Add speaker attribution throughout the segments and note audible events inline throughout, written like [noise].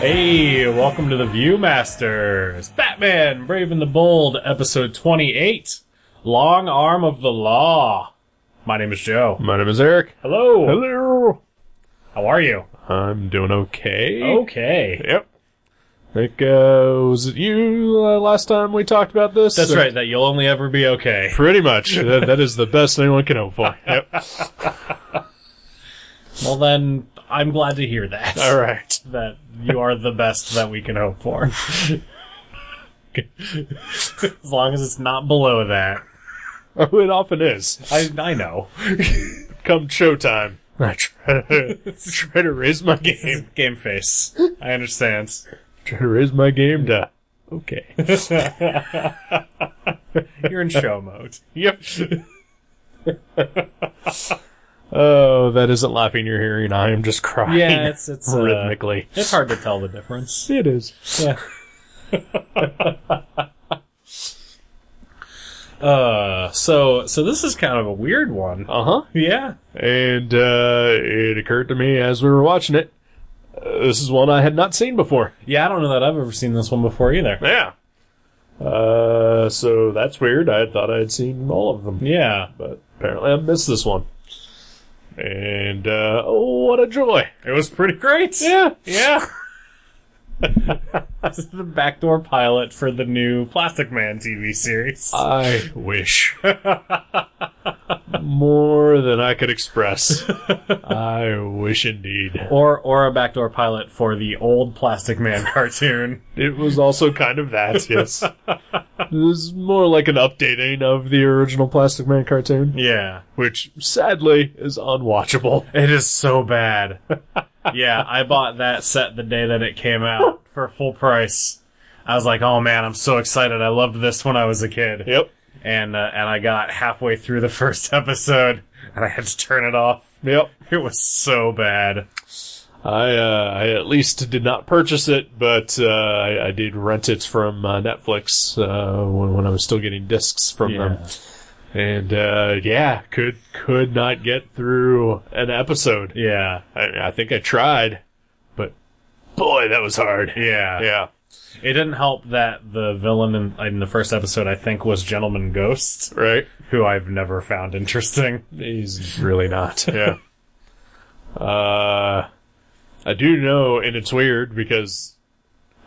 Speaker 1: everybody. Welcome to the Viewmasters. Batman, Brave and the Bold, episode 28. Long Arm of the Law. My name is Joe.
Speaker 2: My name is Eric.
Speaker 1: Hello.
Speaker 2: Hello.
Speaker 1: How are you?
Speaker 2: I'm doing okay.
Speaker 1: Okay.
Speaker 2: Yep. I think, uh, was it you uh, last time we talked about this?
Speaker 1: That's
Speaker 2: Uh,
Speaker 1: right, that you'll only ever be okay.
Speaker 2: Pretty much. Uh, that, that is the best anyone can hope [laughs] for. Yep.
Speaker 1: Well then, I'm glad to hear that.
Speaker 2: All right.
Speaker 1: [laughs] That you are the best that we can hope for. [laughs] as long as it's not below that.
Speaker 2: Oh, it often is.
Speaker 1: I, I know.
Speaker 2: Come showtime, I try to, [laughs] try to raise my game.
Speaker 1: Game face. I understand.
Speaker 2: [laughs] Try to raise my game to. Okay.
Speaker 1: You're in show mode.
Speaker 2: [laughs] Yep. oh, that isn't laughing you're hearing. [laughs] I am just crying.
Speaker 1: Yeah,
Speaker 2: [laughs]
Speaker 1: it's it's uh,
Speaker 2: rhythmically.
Speaker 1: It's hard to tell the difference.
Speaker 2: It is.
Speaker 1: Yeah. uh, so so this is kind of a weird one.
Speaker 2: Uh huh.
Speaker 1: Yeah.
Speaker 2: and uh, it occurred to me as we were watching it, uh, this is one I had not seen before.
Speaker 1: Yeah, I don't know that I've ever seen this one before either.
Speaker 2: Yeah. Uh, so that's weird. I thought I had seen all of them,
Speaker 1: Yeah. [laughs]
Speaker 2: but apparently I missed this one. And uh, oh, what a joy!
Speaker 1: It was pretty great.
Speaker 2: Yeah,
Speaker 1: Yeah. this is [laughs] the backdoor pilot for the new Plastic Man TV series. Uh,
Speaker 2: I
Speaker 1: [laughs]
Speaker 2: wish more than I could
Speaker 1: [laughs]
Speaker 2: express. I wish indeed.
Speaker 1: or or a backdoor pilot for the old Plastic Man [laughs] cartoon.
Speaker 2: It was also kind of that, yes. It was more like an updating of the original Plastic Man cartoon.
Speaker 1: yeah.
Speaker 2: which sadly is unwatchable.
Speaker 1: It is so bad. [laughs] yeah, I bought that set the day that it came out for full price. I was like, "Oh man, I'm so excited! I loved this when I was a kid."
Speaker 2: Yep.
Speaker 1: And uh, and I got halfway through the [laughs] first episode, and I had to turn it off.
Speaker 2: Yep.
Speaker 1: It was so bad.
Speaker 2: I uh, I at least did not purchase it, but uh, I, I did rent it from uh, Netflix uh, when, when I was still getting discs from them, and uh, yeah, could could not get through an episode.
Speaker 1: Yeah.
Speaker 2: I, I think I tried, but boy, that was hard.
Speaker 1: Yeah.
Speaker 2: Yeah.
Speaker 1: It didn't help that the villain in, in the first episode, I think, was Gentleman Ghost,
Speaker 2: Right.
Speaker 1: who I've never found interesting.
Speaker 2: He's
Speaker 1: [laughs]
Speaker 2: really not. Yeah. uh, I do know, and it's weird because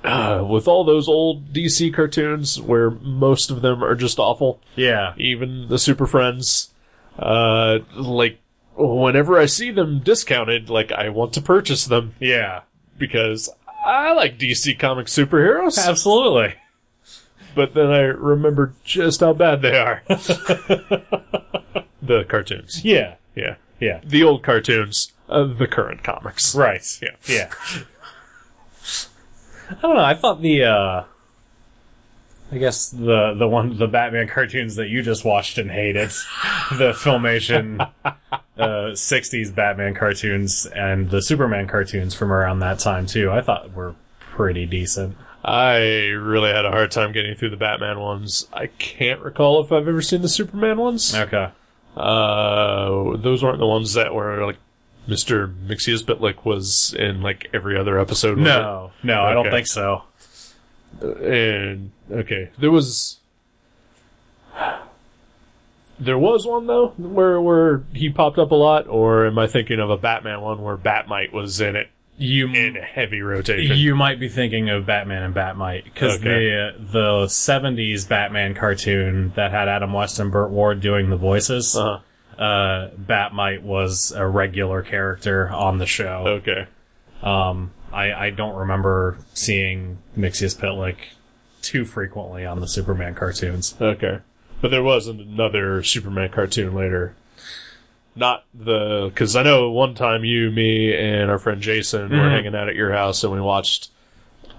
Speaker 2: uh, with all those old DC cartoons, where most of them are just awful,
Speaker 1: Yeah.
Speaker 2: even the Super Friends, uh, like whenever I see them discounted, like I want to purchase them
Speaker 1: Yeah.
Speaker 2: because I like DC comic superheroes,
Speaker 1: Absolutely.
Speaker 2: but then I remember just how bad they are. [laughs] the cartoons,
Speaker 1: Yeah.
Speaker 2: yeah
Speaker 1: Yeah.
Speaker 2: the old cartoons, uh, the current comics.
Speaker 1: Right.
Speaker 2: Yeah.
Speaker 1: Yeah. I don't know. I thought the, uh, I guess the the one the Batman cartoons that you just watched and hated, [laughs] the filmation, [laughs] uh, '60s Batman cartoons and the Superman cartoons from around that time too. I thought were pretty decent.
Speaker 2: I really had a hard time getting through the Batman ones. I can't recall if I've ever seen the Superman ones.
Speaker 1: Okay.
Speaker 2: Uh, those weren't the ones that were like Mr. Mixius Bitlick was in like every other episode. was
Speaker 1: No, no, I don't
Speaker 2: Okay.
Speaker 1: think so.
Speaker 2: it? And okay, there was there was one though where where he popped up a lot, or am I thinking of a Batman one where Batmite was in it
Speaker 1: You
Speaker 2: in heavy rotation?
Speaker 1: You might be thinking of Batman and Batmite because
Speaker 2: Okay.
Speaker 1: the the '70s Batman cartoon that had Adam West and Burt Ward doing the voices, uh
Speaker 2: uh-huh.
Speaker 1: Batmite was a regular character on the show.
Speaker 2: Okay.
Speaker 1: Um, I I don't remember seeing Mixius Pitlick too frequently on the Superman cartoons.
Speaker 2: Okay. But there was another Superman cartoon later. Not the. Because I know one time you, me, and our friend Jason
Speaker 1: Mm-hmm.
Speaker 2: were hanging out at your house and we watched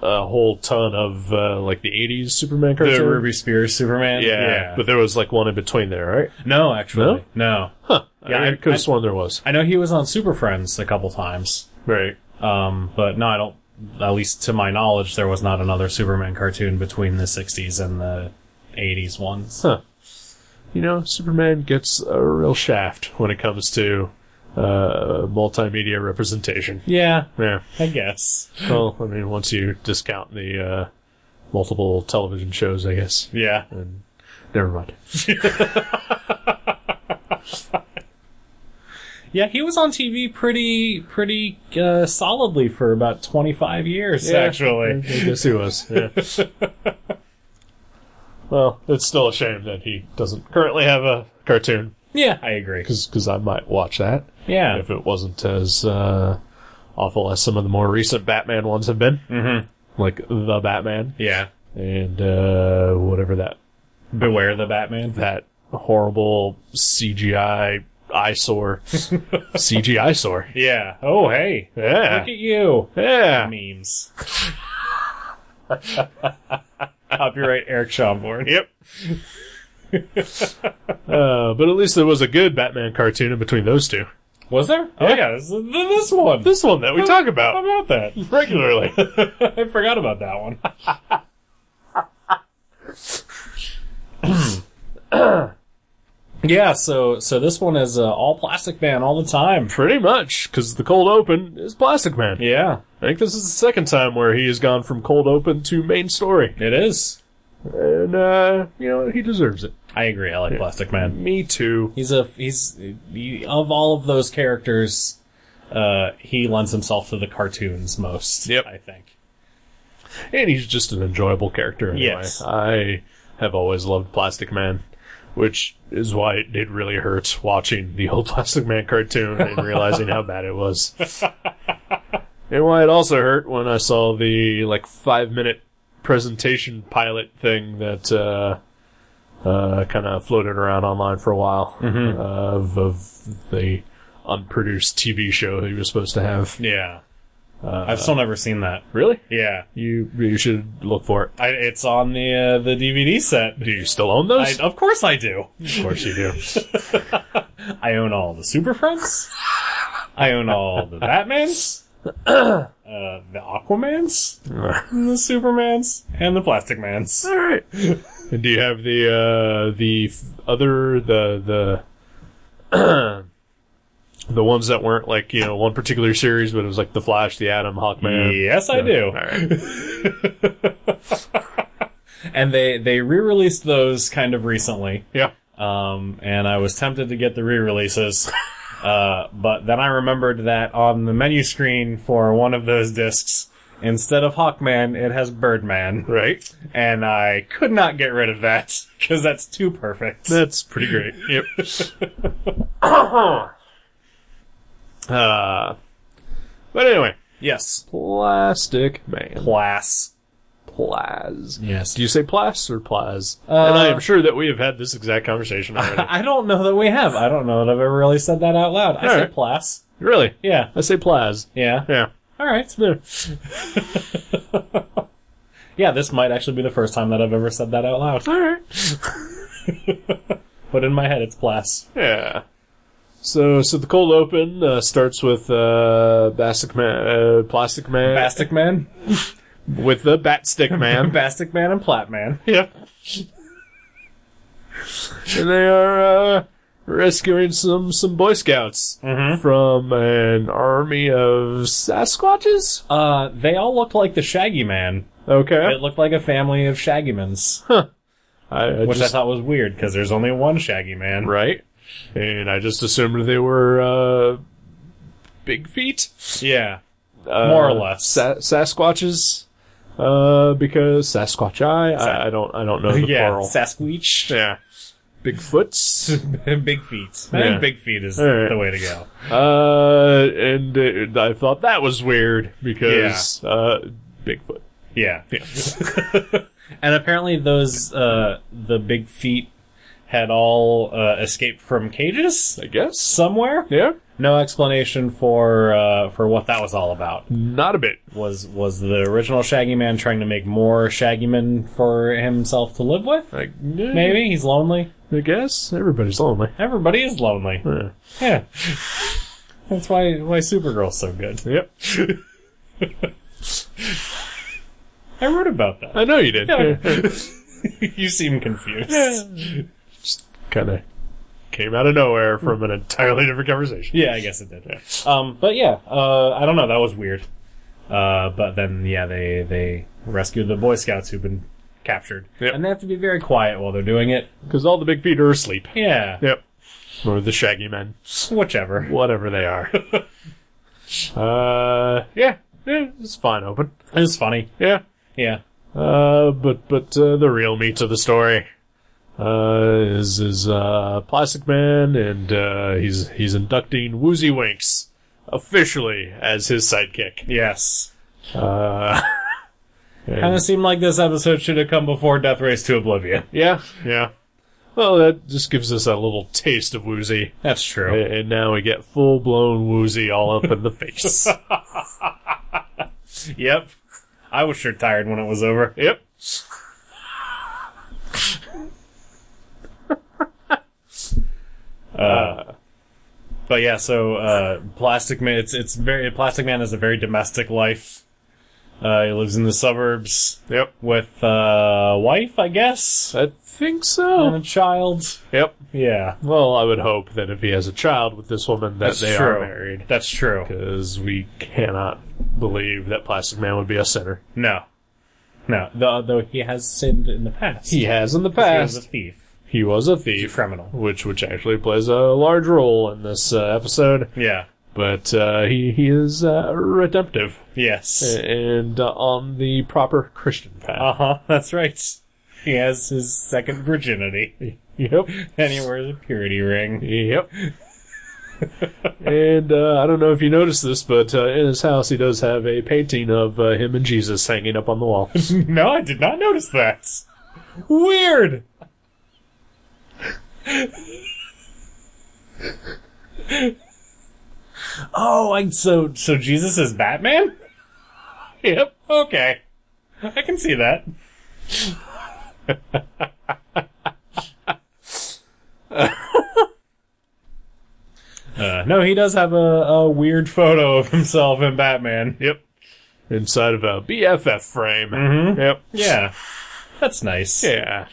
Speaker 2: a whole ton of, uh, like, the 80s Superman
Speaker 1: The
Speaker 2: cartoon.
Speaker 1: Ruby Spears Superman,
Speaker 2: yeah, But there was, like, one in between there, right?
Speaker 1: no, actually, no.
Speaker 2: Huh.
Speaker 1: Yeah,
Speaker 2: I,
Speaker 1: I-
Speaker 2: could
Speaker 1: I-
Speaker 2: have sworn there was.
Speaker 1: I know he was on Super Friends a couple times.
Speaker 2: Right.
Speaker 1: Um, but no, I don't. At least to my knowledge, there was not another Superman cartoon between the '60s and the '80s ones.
Speaker 2: Huh. You know, Superman gets a real shaft when it comes to uh, multimedia representation.
Speaker 1: Yeah,
Speaker 2: Yeah.
Speaker 1: I guess.
Speaker 2: Well, I mean, once you discount the uh, multiple television shows, I guess.
Speaker 1: Yeah.
Speaker 2: And never mind.
Speaker 1: Yeah, he was on TV pretty pretty uh, solidly for about 25 years actually.
Speaker 2: [laughs] I guess he was. Yeah. well, it's still a shame that he doesn't currently have a cartoon
Speaker 1: Yeah, I agree.
Speaker 2: because I might watch that
Speaker 1: Yeah.
Speaker 2: if it wasn't as uh, awful as some of the more recent Batman ones have been,
Speaker 1: Mhm.
Speaker 2: like the Batman
Speaker 1: Yeah.
Speaker 2: and uh, whatever that
Speaker 1: Beware the Batman.
Speaker 2: that horrible CGI eyesore CGI eyesore.
Speaker 1: Yeah. Oh, hey.
Speaker 2: Yeah,
Speaker 1: Look at you.
Speaker 2: yeah,
Speaker 1: Memes. [laughs] Copyright Eric Schomburg.
Speaker 2: yep. [laughs] uh, but at least there was a good Batman cartoon in between those two.
Speaker 1: Was there? Oh yeah, this, th- this one.
Speaker 2: This one that we talk
Speaker 1: How
Speaker 2: about
Speaker 1: about that?
Speaker 2: regularly.
Speaker 1: I forgot about that one. [laughs] yeah, so so this one is uh, all plastic man all the time.
Speaker 2: [laughs] Pretty much, because the cold open is Plastic Man.
Speaker 1: Yeah,
Speaker 2: I think this is the second time where he has gone from cold open to main story.
Speaker 1: it is.
Speaker 2: And, uh, you know, he deserves it.
Speaker 1: I agree. I like Plastic Man.
Speaker 2: Me too.
Speaker 1: He's a he's he, of all of those characters, uh, he lends himself to the cartoons most.
Speaker 2: Yep.
Speaker 1: I think.
Speaker 2: And he's just an enjoyable character anyway.
Speaker 1: Yes.
Speaker 2: I have always loved Plastic Man, which is why it did really hurt watching the old [laughs] Plastic Man cartoon and realizing how bad it was.
Speaker 1: [laughs]
Speaker 2: and why it also hurt when I saw the like five minute presentation pilot thing that uh uh, kind of floated around online for a while
Speaker 1: Mm-hmm.
Speaker 2: uh, of, of the unproduced TV show he was supposed to have.
Speaker 1: Yeah, I've still never seen that.
Speaker 2: Really?
Speaker 1: Yeah,
Speaker 2: You you should look for it.
Speaker 1: I, it's on the uh, the DVD set.
Speaker 2: Do you still own those?
Speaker 1: I, of course I do.
Speaker 2: Of course you [laughs] do.
Speaker 1: I own all the Super Friends. I own all the Batmans, uh, the Aquamans,
Speaker 2: All
Speaker 1: and the Supermans, and the Plastic Mans.
Speaker 2: right. And do you have the uh, the f- other the [clears throat] the the ones that weren't like you know one particular series, but it was like the Flash, the Atom, Hawkman?
Speaker 1: Yes, I do.
Speaker 2: All right.
Speaker 1: And they they re-released those kind of recently.
Speaker 2: Yeah.
Speaker 1: Um, and I was tempted to get the re-releases. Uh, but then I remembered that on the menu screen for one of those discs, instead of Hawkman, it has Birdman.
Speaker 2: Right.
Speaker 1: And I could not get rid of that, because that's too perfect.
Speaker 2: That's pretty great. Yep. [laughs] uh, but anyway,
Speaker 1: Yes.
Speaker 2: Plastic Man.
Speaker 1: Class.
Speaker 2: Plaz. Uh,
Speaker 1: Yes.
Speaker 2: Do you say plas or plaz? and I am sure that we have had this exact conversation already.
Speaker 1: [laughs]
Speaker 2: [laughs]
Speaker 1: I don't know that we have. I don't know that I've ever really said that out loud. I say
Speaker 2: Alright.
Speaker 1: class.
Speaker 2: really?
Speaker 1: Yeah.
Speaker 2: I say plaz.
Speaker 1: Yeah.
Speaker 2: Yeah.
Speaker 1: All right. [laughs] yeah, this might actually be the first time that I've ever said that out loud.
Speaker 2: All right.
Speaker 1: But in my head, it's class.
Speaker 2: Yeah. So, so the cold open uh, starts with uh, Bastic Man, uh, Plastic Man,
Speaker 1: Bastic Man,
Speaker 2: with the Batstick Man.
Speaker 1: Bastic Man, and Plat Man.
Speaker 2: [laughs] yeah. and they are uh, rescuing some some Boy Scouts from an army of Sasquatches.
Speaker 1: Uh, they all looked like the Shaggy Man.
Speaker 2: Okay.
Speaker 1: It looked like a family of Shaggymans,
Speaker 2: I, I
Speaker 1: which I
Speaker 2: just-
Speaker 1: thought was weird because there's only one Shaggy Man.
Speaker 2: right? And I just assumed they were uh, big feet,
Speaker 1: Yeah.
Speaker 2: uh,
Speaker 1: More or less.
Speaker 2: sa- Sasquatches, uh, because Sasquatch I, I, I don't I
Speaker 1: [laughs]
Speaker 2: don't know the
Speaker 1: yeah.
Speaker 2: plural.
Speaker 1: Sasquatch.
Speaker 2: yeah,
Speaker 1: [laughs]
Speaker 2: Bigfoots,
Speaker 1: big feet. I
Speaker 2: Yeah.
Speaker 1: think big feet is
Speaker 2: Alright.
Speaker 1: the way to go.
Speaker 2: uh, and uh, I thought that was weird because uh, Bigfoot.
Speaker 1: Yeah. [laughs] and apparently those uh the big feet had all uh, escaped from cages
Speaker 2: I guess.
Speaker 1: somewhere.
Speaker 2: Yeah,
Speaker 1: No explanation for uh for what that was all about.
Speaker 2: not a bit.
Speaker 1: Was was the original Shaggy Man trying to make more Shaggy Men for himself to live with?
Speaker 2: Like
Speaker 1: Maybe he's lonely.
Speaker 2: I guess everybody's lonely.
Speaker 1: Everybody is lonely.
Speaker 2: Yeah.
Speaker 1: Yeah. That's why why Supergirl's so good.
Speaker 2: Yep,
Speaker 1: I wrote about that. [laughs]
Speaker 2: I know you did.
Speaker 1: Yeah. you seem confused.
Speaker 2: Just kind of came out of nowhere from an entirely different conversation.
Speaker 1: Yeah, I guess it did. Um, but yeah, uh, I don't know. That was weird. Uh, but then yeah, they they rescued the Boy Scouts who've been captured,
Speaker 2: Yep.
Speaker 1: and they have to be very quiet while they're doing it.
Speaker 2: Because all the big feet are asleep.
Speaker 1: Yeah,
Speaker 2: Yep. Or the shaggy men.
Speaker 1: whichever.
Speaker 2: Whatever they are. uh, yeah. Yeah, it's fine open.
Speaker 1: It's funny.
Speaker 2: Yeah.
Speaker 1: Yeah,
Speaker 2: Uh, but but uh, the real meat of the story uh, is is uh, Plastic Man, and uh, he's he's inducting Woozy Winks officially as his sidekick.
Speaker 1: yes.
Speaker 2: Uh, and-
Speaker 1: Kind of seemed like this episode should have come before Death Race to Oblivion.
Speaker 2: yeah, yeah. Well, that just gives us a little taste of Woozy,
Speaker 1: That's
Speaker 2: a-
Speaker 1: true.
Speaker 2: and now we get full blown Woozy all up in the face.
Speaker 1: Yep. I was sure tired when it was over.
Speaker 2: Yep.
Speaker 1: But yeah, so uh, Plastic Man, it's it's very Plastic Man has a very domestic life. Uh, he lives in the suburbs
Speaker 2: Yep.
Speaker 1: with uh, wife, I guess,
Speaker 2: I think
Speaker 1: and a
Speaker 2: so.
Speaker 1: child.
Speaker 2: Yep.
Speaker 1: Yeah,
Speaker 2: Well, I would hope that if he has a child with this woman, that
Speaker 1: that's
Speaker 2: they
Speaker 1: true.
Speaker 2: are married.
Speaker 1: That's true.
Speaker 2: because we cannot believe that Plastic Man would be a sinner.
Speaker 1: No, no. Though, though he has sinned in the past.
Speaker 2: He has in the
Speaker 1: he was a
Speaker 2: past.
Speaker 1: thief,
Speaker 2: He was a
Speaker 1: a
Speaker 2: thief,
Speaker 1: criminal.
Speaker 2: which which actually plays a large role in this uh, episode.
Speaker 1: Yeah.
Speaker 2: But uh, he he is uh, redemptive
Speaker 1: Yes.
Speaker 2: and uh, on the proper Christian path.
Speaker 1: Uh huh. That's right. He has his second virginity,
Speaker 2: [laughs] Yep,
Speaker 1: and he wears a purity ring. [laughs]
Speaker 2: yep. [laughs] and uh, I don't know if you noticed this, but uh, in his house he does have a painting of uh, him and Jesus hanging up on the wall.
Speaker 1: No, I did not notice that. Weird. oh, I so so Jesus is Batman?
Speaker 2: yep.
Speaker 1: Okay. I can see that. [laughs] Uh, no, he does have a, a weird photo of himself in Batman.
Speaker 2: Yep. Inside of a BFF frame. Mm-hmm. Yep.
Speaker 1: Yeah. That's nice.
Speaker 2: Yeah.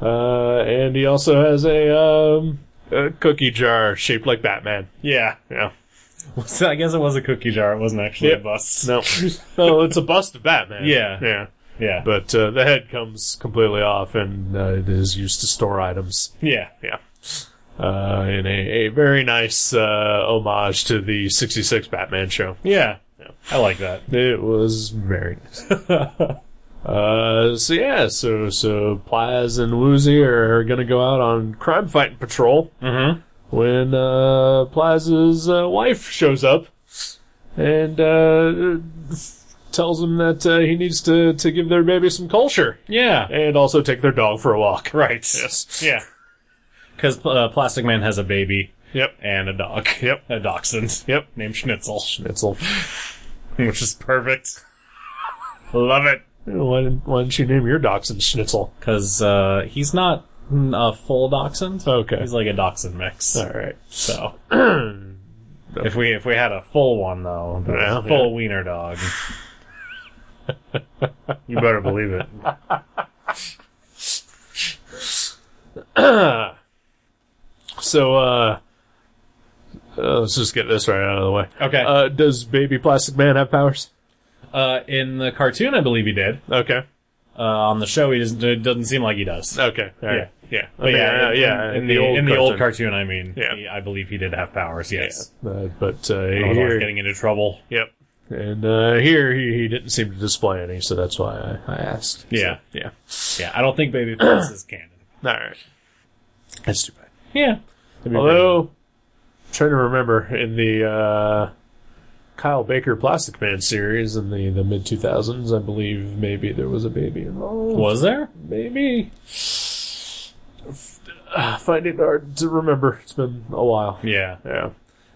Speaker 2: Uh, and he also has a, um, a cookie jar shaped like Batman.
Speaker 1: Yeah. [laughs]
Speaker 2: Yeah.
Speaker 1: So I guess it was a cookie jar. It wasn't actually
Speaker 2: Yep.
Speaker 1: a bus.
Speaker 2: [laughs] No. no, it's a bust of Batman.
Speaker 1: Yeah.
Speaker 2: Yeah.
Speaker 1: Yeah.
Speaker 2: But uh, the head comes completely off and uh, it is used to store items.
Speaker 1: yeah.
Speaker 2: Yeah. Uh, in a, a very nice uh, homage to the 66 Batman show.
Speaker 1: Yeah. I like that.
Speaker 2: It was very
Speaker 1: [laughs]
Speaker 2: nice. uh, so yeah, so so Plaz and Woozy are gonna go out on crime fighting patrol. Mm-hmm. When uh, Plaz's uh, wife shows up and uh, tells him that uh, he needs to to give their baby some culture
Speaker 1: Yeah.
Speaker 2: and also take their dog for a walk.
Speaker 1: [laughs] Right.
Speaker 2: Yes.
Speaker 1: Yeah. Because uh, Plastic Man has a baby
Speaker 2: Yep.
Speaker 1: and a dog.
Speaker 2: Yep.
Speaker 1: A dachshund.
Speaker 2: Yep.
Speaker 1: Named Schnitzel.
Speaker 2: Schnitzel.
Speaker 1: Which is perfect. Love it.
Speaker 2: Why didn't, why didn't you name your dachshund Schnitzel?
Speaker 1: Because uh, he's not mm, a full dachshund.
Speaker 2: Okay.
Speaker 1: He's like a dachshund mix.
Speaker 2: All right.
Speaker 1: So. If we if we had a full one though, that was
Speaker 2: Yeah,
Speaker 1: a full wiener dog, [laughs] you better believe it.
Speaker 2: So uh, uh, let's just get this right out of the way.
Speaker 1: Okay.
Speaker 2: Uh, does Baby Plastic Man have powers?
Speaker 1: Uh, in the cartoon, I believe he did.
Speaker 2: Okay.
Speaker 1: Uh, on the show, he doesn't. It doesn't seem like he does.
Speaker 2: Okay. All right. Yeah. I
Speaker 1: But
Speaker 2: mean,
Speaker 1: Oh, yeah,
Speaker 2: uh,
Speaker 1: in,
Speaker 2: yeah.
Speaker 1: In, in the, old in the old
Speaker 2: cartoon.
Speaker 1: cartoon, I mean,
Speaker 2: Yeah.
Speaker 1: he- I believe he did have powers. Yes.
Speaker 2: Uh, but
Speaker 1: Oh,
Speaker 2: uh,
Speaker 1: Otherwise,
Speaker 2: here,
Speaker 1: getting into trouble.
Speaker 2: yep. And uh, here he, he didn't seem to display any, so that's why I, I asked.
Speaker 1: Yeah.
Speaker 2: So, yeah.
Speaker 1: Yeah, I don't think Baby Face is [coughs] canon.
Speaker 2: All right. That's too bad.
Speaker 1: Yeah.
Speaker 2: Although, I'm trying to remember in the uh, Kyle Baker Plastic Man series in the, the mid 2000s, I believe maybe there was a baby involved.
Speaker 1: was there?
Speaker 2: Maybe. I find it hard to remember. It's been a while.
Speaker 1: Yeah,
Speaker 2: Yeah.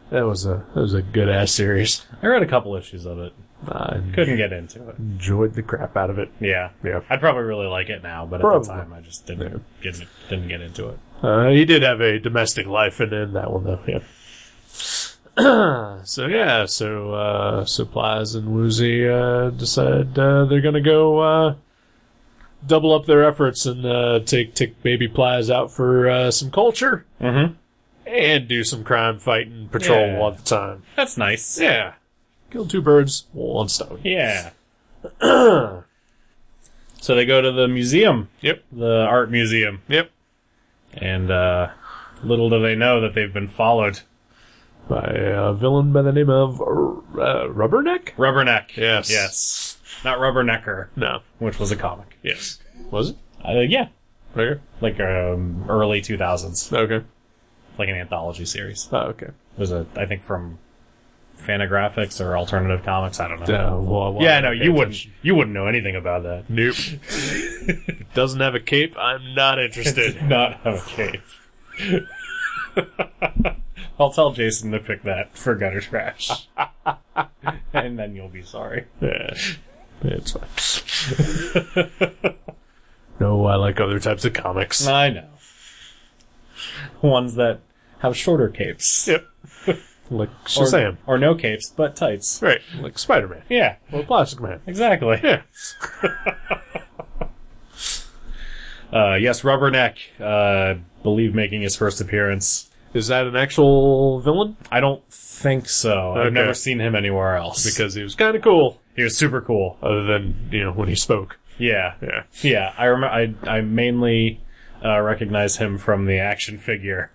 Speaker 2: That was a that was a good ass series.
Speaker 1: I read a couple issues of it.
Speaker 2: I
Speaker 1: Couldn't get into it.
Speaker 2: enjoyed the crap out of it.
Speaker 1: Yeah.
Speaker 2: Yeah.
Speaker 1: I'd probably really like it now, but
Speaker 2: Probably.
Speaker 1: at the time, I just didn't get didn't get into it.
Speaker 2: Uh, he did have a domestic life in, in that one though. Yeah. [clears throat] so yeah, so uh, supplies and Woozy uh, decide uh, they're gonna go uh, double up their efforts and uh, take take Baby Plies out for uh, some culture
Speaker 1: Mm-hmm.
Speaker 2: and do some crime fighting patrol
Speaker 1: Yeah.
Speaker 2: all the time.
Speaker 1: That's nice.
Speaker 2: Yeah, kill two birds, one stone.
Speaker 1: Yeah. [clears throat] so they go to the museum,
Speaker 2: Yep,
Speaker 1: the art museum,
Speaker 2: yep.
Speaker 1: and uh, little do they know that they've been followed.
Speaker 2: By a villain by the name of uh, Rubberneck.
Speaker 1: Rubberneck.
Speaker 2: Yes.
Speaker 1: Yes. Not Rubbernecker,
Speaker 2: No.
Speaker 1: which was a comic.
Speaker 2: Yes. Was it?
Speaker 1: Uh, yeah.
Speaker 2: Right here?
Speaker 1: Like um, early 2000s,
Speaker 2: Okay.
Speaker 1: like an anthology series.
Speaker 2: Oh, okay.
Speaker 1: It was a, I think, from Fanagraphics or Alternative Comics. I don't know.
Speaker 2: Uh, well, well,
Speaker 1: yeah, no,
Speaker 2: okay.
Speaker 1: you wouldn't. You wouldn't know anything about that.
Speaker 2: Nope. [laughs] Doesn't have a cape. I'm not interested.
Speaker 1: Not have a cave. [laughs] I'll tell Jason to pick that for gutter [laughs] trash, and then you'll be sorry.
Speaker 2: [laughs] yeah. It's fine. [laughs] no, I like other types of comics.
Speaker 1: I know. Ones that have shorter capes,
Speaker 2: Yep. [laughs] Like
Speaker 1: or,
Speaker 2: Shazam.
Speaker 1: or no capes but tights.
Speaker 2: right. Like Spider Man.
Speaker 1: Yeah,
Speaker 2: Or Plastic Man.
Speaker 1: [laughs] exactly.
Speaker 2: Yeah.
Speaker 1: Uh, yes, Rubberneck. Uh, believe making his first appearance.
Speaker 2: Is that an actual villain?
Speaker 1: I don't think so.
Speaker 2: Okay.
Speaker 1: I've never seen him anywhere else
Speaker 2: Because he was kind of cool.
Speaker 1: he was super cool.
Speaker 2: Other than, you know, when he spoke.
Speaker 1: Yeah,
Speaker 2: Yeah.
Speaker 1: Yeah, I remember. I I mainly uh, recognize him from the action figure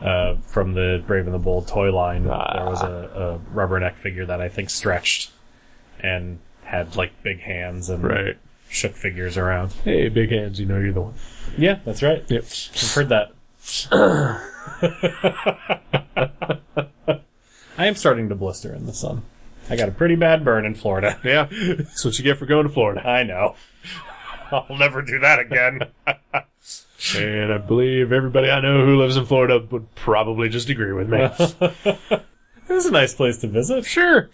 Speaker 1: uh, from the Brave and the Bold toy line.
Speaker 2: Ah.
Speaker 1: There was a, a rubberneck figure that I think stretched and had like big hands and
Speaker 2: Right.
Speaker 1: shook figures around.
Speaker 2: Hey, big hands, you know you're the one.
Speaker 1: Yeah, that's right.
Speaker 2: Yep.
Speaker 1: I've heard that. [laughs] I am starting to blister in the sun. I got a pretty bad burn in Florida.
Speaker 2: Yeah. That's what you get for going to
Speaker 1: [laughs]
Speaker 2: Florida.
Speaker 1: I know. [laughs] I'll never do that again.
Speaker 2: [laughs] And I believe everybody I know who lives in Florida would probably just agree [laughs] with me.
Speaker 1: [laughs] It was a nice place to visit. Sure.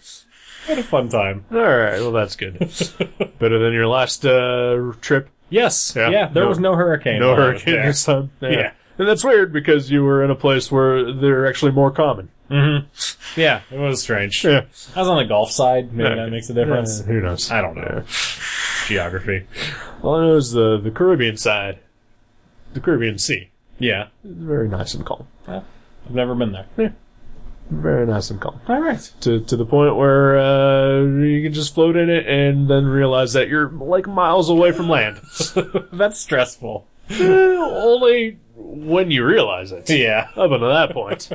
Speaker 1: Had a fun time.
Speaker 2: All right, well that's good. [laughs] Better than your last uh, trip.
Speaker 1: Yes.
Speaker 2: Yeah.
Speaker 1: Yeah. there
Speaker 2: No-
Speaker 1: was no hurricane.
Speaker 2: No
Speaker 1: while I was
Speaker 2: hurricane
Speaker 1: there.
Speaker 2: this time.
Speaker 1: Yeah.
Speaker 2: and that's weird because you were in a place where they're actually more common.
Speaker 1: [laughs] Yeah, it was strange.
Speaker 2: [laughs] Yeah,
Speaker 1: I was on the golf side. Maybe that
Speaker 2: Okay.
Speaker 1: makes a difference.
Speaker 2: Uh, who knows?
Speaker 1: I don't know. Geography.
Speaker 2: All I know is the the Caribbean side, the Caribbean Sea,
Speaker 1: Yeah.
Speaker 2: is very nice and calm.
Speaker 1: I've never been there.
Speaker 2: Very nice and calm.
Speaker 1: All right.
Speaker 2: To to the point where uh, you can just float in it and then realize that you're like miles away from land.
Speaker 1: [laughs] That's stressful.
Speaker 2: Only when you realize it.
Speaker 1: Yeah.
Speaker 2: Up until that point,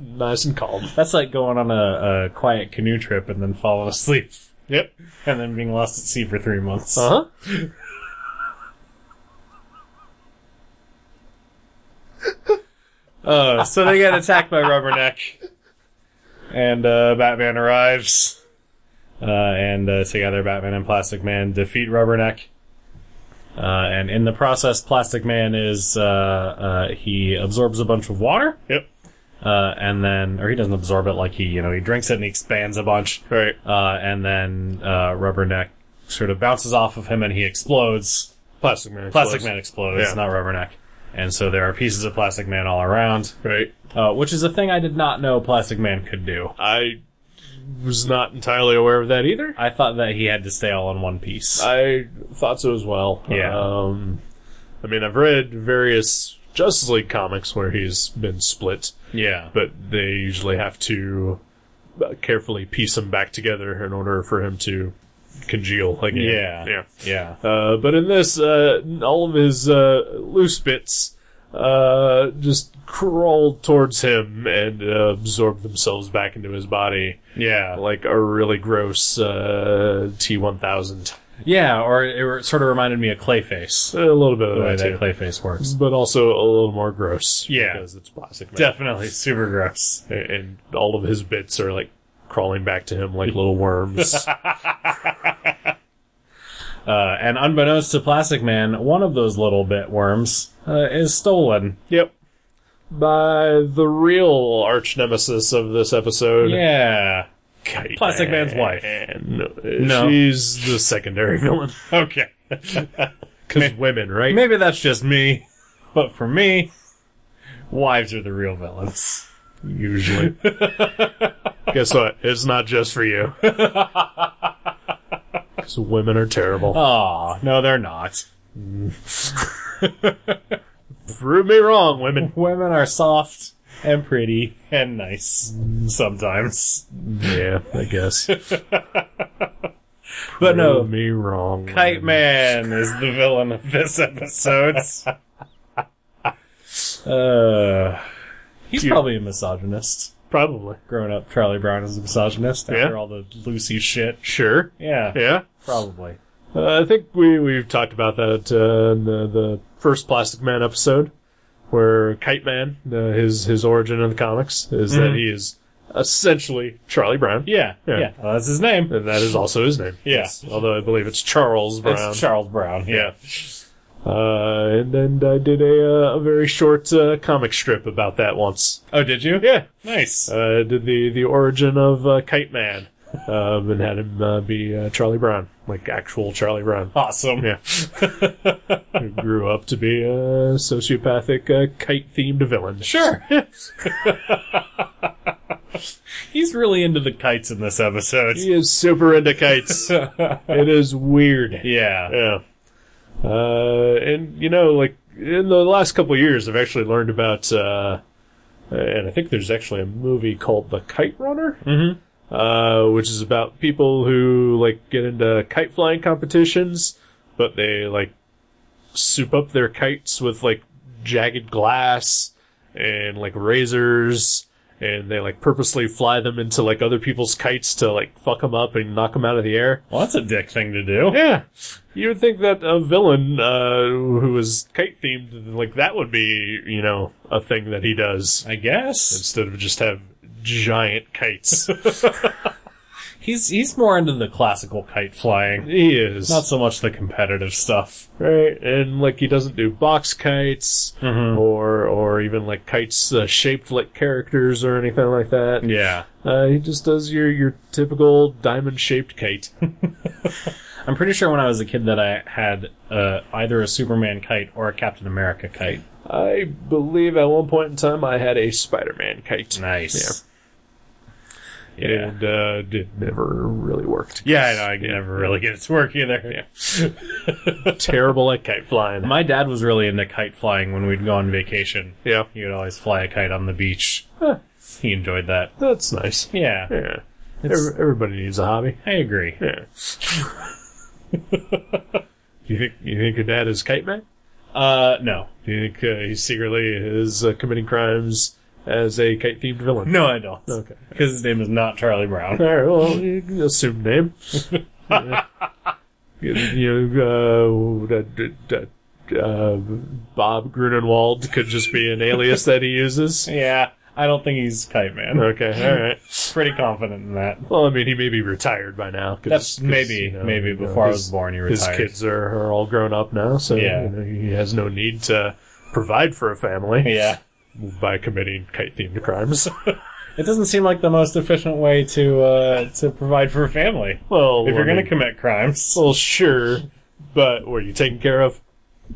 Speaker 2: nice and calm.
Speaker 1: That's like going on a, a quiet canoe trip and then falling asleep [laughs]
Speaker 2: Yep.
Speaker 1: and then being lost at sea for three months.
Speaker 2: Uh huh.
Speaker 1: Uh, so they get attacked by Rubberneck, and uh, Batman arrives, uh, and uh, together Batman and Plastic Man defeat Rubberneck. Uh, and in the process, Plastic Man is uh, uh, he absorbs a bunch of water,
Speaker 2: Yep.
Speaker 1: uh, and then or he doesn't absorb it like he you know he drinks it and he expands a bunch,
Speaker 2: Right.
Speaker 1: uh, and then uh, Rubberneck sort of bounces off of him and he explodes.
Speaker 2: Plastic Man.
Speaker 1: Plastic
Speaker 2: explodes.
Speaker 1: Man explodes,
Speaker 2: Yeah.
Speaker 1: not Rubberneck, and so there are pieces of Plastic Man all around.
Speaker 2: Right.
Speaker 1: Uh, which is a thing I did not know Plastic Man could do.
Speaker 2: I was not entirely aware of that either.
Speaker 1: I thought that he had to stay all in one piece.
Speaker 2: I thought so as well.
Speaker 1: Yeah.
Speaker 2: Um, I mean, I've read various Justice League comics where he's been split,
Speaker 1: yeah.
Speaker 2: but they usually have to uh, carefully piece him back together in order for him to congeal again.
Speaker 1: Yeah.
Speaker 2: Yeah.
Speaker 1: yeah.
Speaker 2: Uh, but in this, uh, all of his uh, loose bits uh, just crawled towards him and uh, absorbed themselves back into his body,
Speaker 1: Yeah.
Speaker 2: like a really gross uh, T1000.
Speaker 1: Yeah, or it re- sort of reminded me of Clayface.
Speaker 2: A little bit of
Speaker 1: The way
Speaker 2: that,
Speaker 1: that
Speaker 2: too.
Speaker 1: Clayface works.
Speaker 2: but also a little more gross.
Speaker 1: Yeah.
Speaker 2: because it's plastic. Man.
Speaker 1: Definitely super gross.
Speaker 2: and all of his bits are like crawling back to him like
Speaker 1: [laughs]
Speaker 2: little worms.
Speaker 1: Uh, and unbeknownst to Plastic Man, one of those little bit worms uh, is stolen.
Speaker 2: yep. By the real arch nemesis of this episode,
Speaker 1: Yeah.
Speaker 2: Kite
Speaker 1: Plastic Man's wife.
Speaker 2: No,
Speaker 1: No.
Speaker 2: she's the secondary villain.
Speaker 1: [laughs] Okay.
Speaker 2: [laughs] Because women, right?
Speaker 1: Maybe that's just me, but for me, wives are the real villains. [laughs]
Speaker 2: Usually. Guess what? It's not just for you. Because women are terrible.
Speaker 1: Oh. Aw, no, they're not.
Speaker 2: Prove me wrong, women.
Speaker 1: Women are soft and pretty and nice sometimes.
Speaker 2: Yeah, I guess.
Speaker 1: But [laughs]
Speaker 2: Prove
Speaker 1: no,
Speaker 2: me wrong.
Speaker 1: Kite
Speaker 2: women.
Speaker 1: Man is the villain of this episode. uh, he's
Speaker 2: Dude.
Speaker 1: probably a misogynist.
Speaker 2: Probably.
Speaker 1: Growing up, Charlie Brown is a misogynist after
Speaker 2: Yeah.
Speaker 1: all the Lucy shit.
Speaker 2: Sure.
Speaker 1: Yeah,
Speaker 2: Yeah.
Speaker 1: probably.
Speaker 2: Uh, I think we we've talked about that uh, in the, the first Plastic Man episode, where Kite Man, uh, his his origin in the comics is
Speaker 1: Mm-hmm.
Speaker 2: that he is essentially Charlie Brown,
Speaker 1: Yeah,
Speaker 2: Yeah.
Speaker 1: yeah. Well, that's his name.
Speaker 2: and that is also his name.
Speaker 1: Yeah.
Speaker 2: Yes, although I believe it's Charles Brown.
Speaker 1: It's Charles Brown.
Speaker 2: yeah. Uh, and and I did a uh, a very short uh, comic strip about that once.
Speaker 1: Oh, did you?
Speaker 2: Yeah,
Speaker 1: Nice.
Speaker 2: uh, did the the origin of uh, Kite Man, um, and had him uh, be uh, Charlie Brown, like actual Charlie Brown.
Speaker 1: awesome.
Speaker 2: Yeah. Who grew up to be a sociopathic uh, kite themed villain.
Speaker 1: Sure. [laughs] he's really into the kites in this [laughs] episode.
Speaker 2: He is super into kites.
Speaker 1: [laughs]
Speaker 2: it is weird.
Speaker 1: Yeah.
Speaker 2: Yeah. Uh, and, you know, like, in the last couple of years, I've actually learned about, uh, and I think there's actually a movie called The Kite Runner, mm-hmm. uh, which is about people who, like, get into kite flying competitions, but they, like, soup up their kites with, like, jagged glass and, like, razors. And they like purposely fly them into like other people's kites to like fuck them up and knock them out of the air.
Speaker 1: Well, that's a dick thing to do.
Speaker 2: Yeah, you would think that a villain uh, who was kite themed, like that, would be you know a thing that he does
Speaker 1: I guess.
Speaker 2: instead of just have
Speaker 1: [laughs]
Speaker 2: giant kites.
Speaker 1: He's he's more into the classical kite flying,
Speaker 2: he is
Speaker 1: not so much the competitive stuff.
Speaker 2: right, and like he doesn't do box kites
Speaker 1: Mm-hmm.
Speaker 2: or or even like kites uh, shaped like characters or anything like that.
Speaker 1: Yeah.
Speaker 2: Uh, he just does your your typical diamond shaped kite.
Speaker 1: [laughs] I'm pretty sure when I was a kid that I had uh, either a Superman kite or a Captain America kite.
Speaker 2: I believe at one point in time I had a Spider Man kite.
Speaker 1: Nice. Yeah. Yeah,
Speaker 2: And uh, it never really worked.
Speaker 1: I know. I could never really get it to work either.
Speaker 2: [laughs] terrible at kite flying.
Speaker 1: My dad was really into kite flying when we'd go on vacation.
Speaker 2: yeah,
Speaker 1: He would always fly a kite on the beach. He enjoyed that.
Speaker 2: that's nice.
Speaker 1: Yeah,
Speaker 2: Yeah,
Speaker 1: It's-
Speaker 2: Every- everybody needs a hobby.
Speaker 1: I agree.
Speaker 2: Yeah. [laughs] you think you think your dad is kite man?
Speaker 1: Uh, no.
Speaker 2: Do you think uh, he secretly is uh, committing crimes as a kite themed villain?
Speaker 1: No, I don't.
Speaker 2: Okay.
Speaker 1: Because his name is not Charlie Brown.
Speaker 2: [laughs] All right. Well, you can assume [laughs] name. Yeah. You- You know, uh, d- d- d- uh, Bob Grunenwald could just be an alias that he [laughs] uses.
Speaker 1: yeah, I don't think he's Kite Man.
Speaker 2: Okay, all right.
Speaker 1: Pretty confident in that.
Speaker 2: Well, I mean, he may be retired by now. 'cause-
Speaker 1: That's
Speaker 2: 'cause,
Speaker 1: maybe
Speaker 2: you know,
Speaker 1: maybe
Speaker 2: you know,
Speaker 1: before I was
Speaker 2: his-
Speaker 1: born he
Speaker 2: His
Speaker 1: retired.
Speaker 2: kids are, are all grown up now, so
Speaker 1: Yeah.
Speaker 2: you know, he has no need to provide for a family
Speaker 1: Yeah.
Speaker 2: by committing kite-themed crimes. [laughs]
Speaker 1: It doesn't seem like the most efficient way to uh, to provide for a family.
Speaker 2: well,
Speaker 1: If you're
Speaker 2: I
Speaker 1: gonna
Speaker 2: mean,
Speaker 1: commit crimes.
Speaker 2: [laughs] well, sure, but were you taken care of?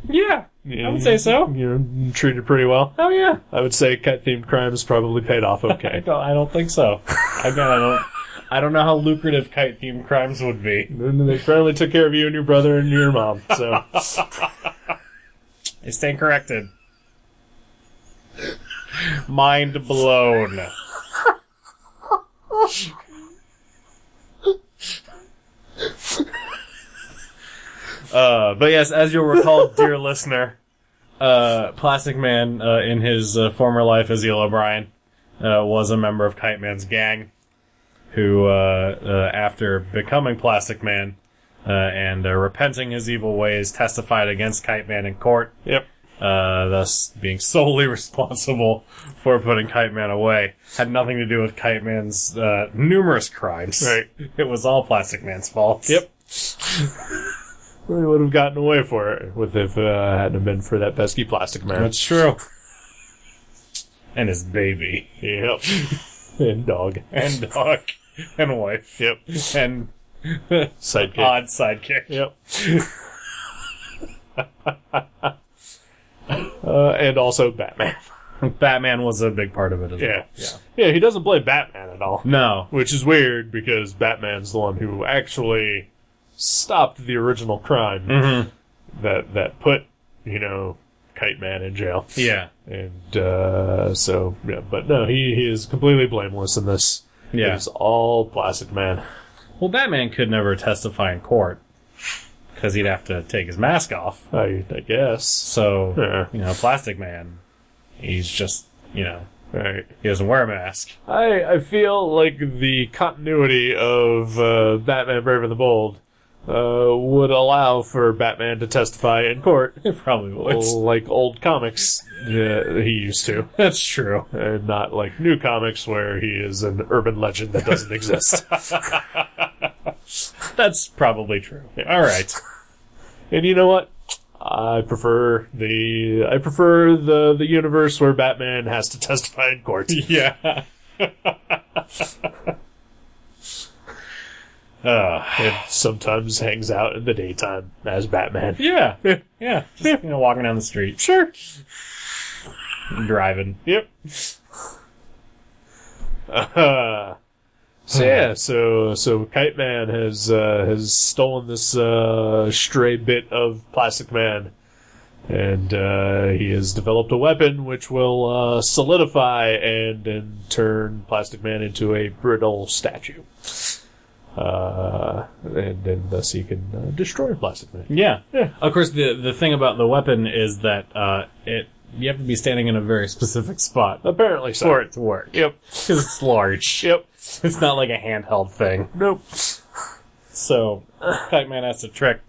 Speaker 1: Yeah. I
Speaker 2: Yeah.
Speaker 1: would say so.
Speaker 2: You know, treated pretty well.
Speaker 1: Oh yeah.
Speaker 2: I would say kite-themed crimes probably
Speaker 1: [laughs]
Speaker 2: paid off
Speaker 1: I
Speaker 2: okay.
Speaker 1: don't I don't think so. Again, I don't I don't know how lucrative kite themed crimes would be.
Speaker 2: And they finally took care of you and your brother and your mom. So
Speaker 1: [laughs] I stand corrected. Mind blown. Uh, but yes, as you'll recall, dear listener, uh, Plastic Man, uh, in his uh, former life as Eel O'Brien, uh, was a member of Kite Man's gang, who, uh, uh, after becoming Plastic Man uh, and uh, repenting his evil ways, testified against Kite Man in court,
Speaker 2: yep.
Speaker 1: uh, thus being solely [laughs] responsible for putting Kite Man away. Had nothing to do with Kite Man's uh, numerous crimes.
Speaker 2: Right.
Speaker 1: It was all Plastic Man's fault.
Speaker 2: [laughs] Yep. We would have gotten away for it with if uh, hadn't have been for that pesky plastic man.
Speaker 1: That's true. And his baby.
Speaker 2: Yep. [laughs] and dog.
Speaker 1: And dog. And wife.
Speaker 2: Yep.
Speaker 1: And
Speaker 2: Sidekick.
Speaker 1: odd sidekick.
Speaker 2: Yep. [laughs] uh, and also Batman.
Speaker 1: Batman was a big part of it as
Speaker 2: Yeah.
Speaker 1: well.
Speaker 2: Yeah, he doesn't play Batman at all.
Speaker 1: No.
Speaker 2: Which is weird because Batman's the one who actually stopped the original crime. that that put you know Kite Man in jail.
Speaker 1: Yeah.
Speaker 2: And uh, so yeah, but no, he, he is completely blameless in this.
Speaker 1: Yeah.
Speaker 2: It is all Plastic Man. [laughs]
Speaker 1: Well, Batman could never testify in court because he'd have to take his mask off.
Speaker 2: I, I guess.
Speaker 1: So,
Speaker 2: Yeah.
Speaker 1: you know, Plastic Man, he's just, you know,
Speaker 2: Right.
Speaker 1: he doesn't wear a mask. [laughs]
Speaker 2: I I feel like the continuity of uh, Batman Brave and the Bold uh, would allow for Batman to testify in court,
Speaker 1: It probably would.
Speaker 2: like old comics uh, he used to,
Speaker 1: [laughs] That's true.
Speaker 2: and not like new comics where he is an urban legend that doesn't exist.
Speaker 1: That's probably true. All right.
Speaker 2: And you know what? I prefer the I prefer the the universe where Batman has to testify in court.
Speaker 1: [laughs]
Speaker 2: [laughs]
Speaker 1: Yeah. uh,
Speaker 2: and sometimes hangs out in the daytime as Batman.
Speaker 1: [laughs] yeah. Yeah. Just, you know, walking down the street. Sure. Driving.
Speaker 2: Yep. Uh, so yeah, [laughs] so so Kite Man has uh, has stolen this uh, stray bit of Plastic Man, and uh, he has developed a weapon which will uh, solidify and and turn Plastic Man into a brittle statue. Uh, and and thus he can uh, destroy Plastic Man.
Speaker 1: Yeah.
Speaker 2: Yeah.
Speaker 1: Of course, the the thing about the weapon is that uh, it you have to be standing in a very specific spot
Speaker 2: Apparently so.
Speaker 1: for it to work.
Speaker 2: Yep.
Speaker 1: Because it's [laughs] large.
Speaker 2: Yep.
Speaker 1: It's not like a handheld thing.
Speaker 2: Nope.
Speaker 1: [sighs] So, Pac Man has to trick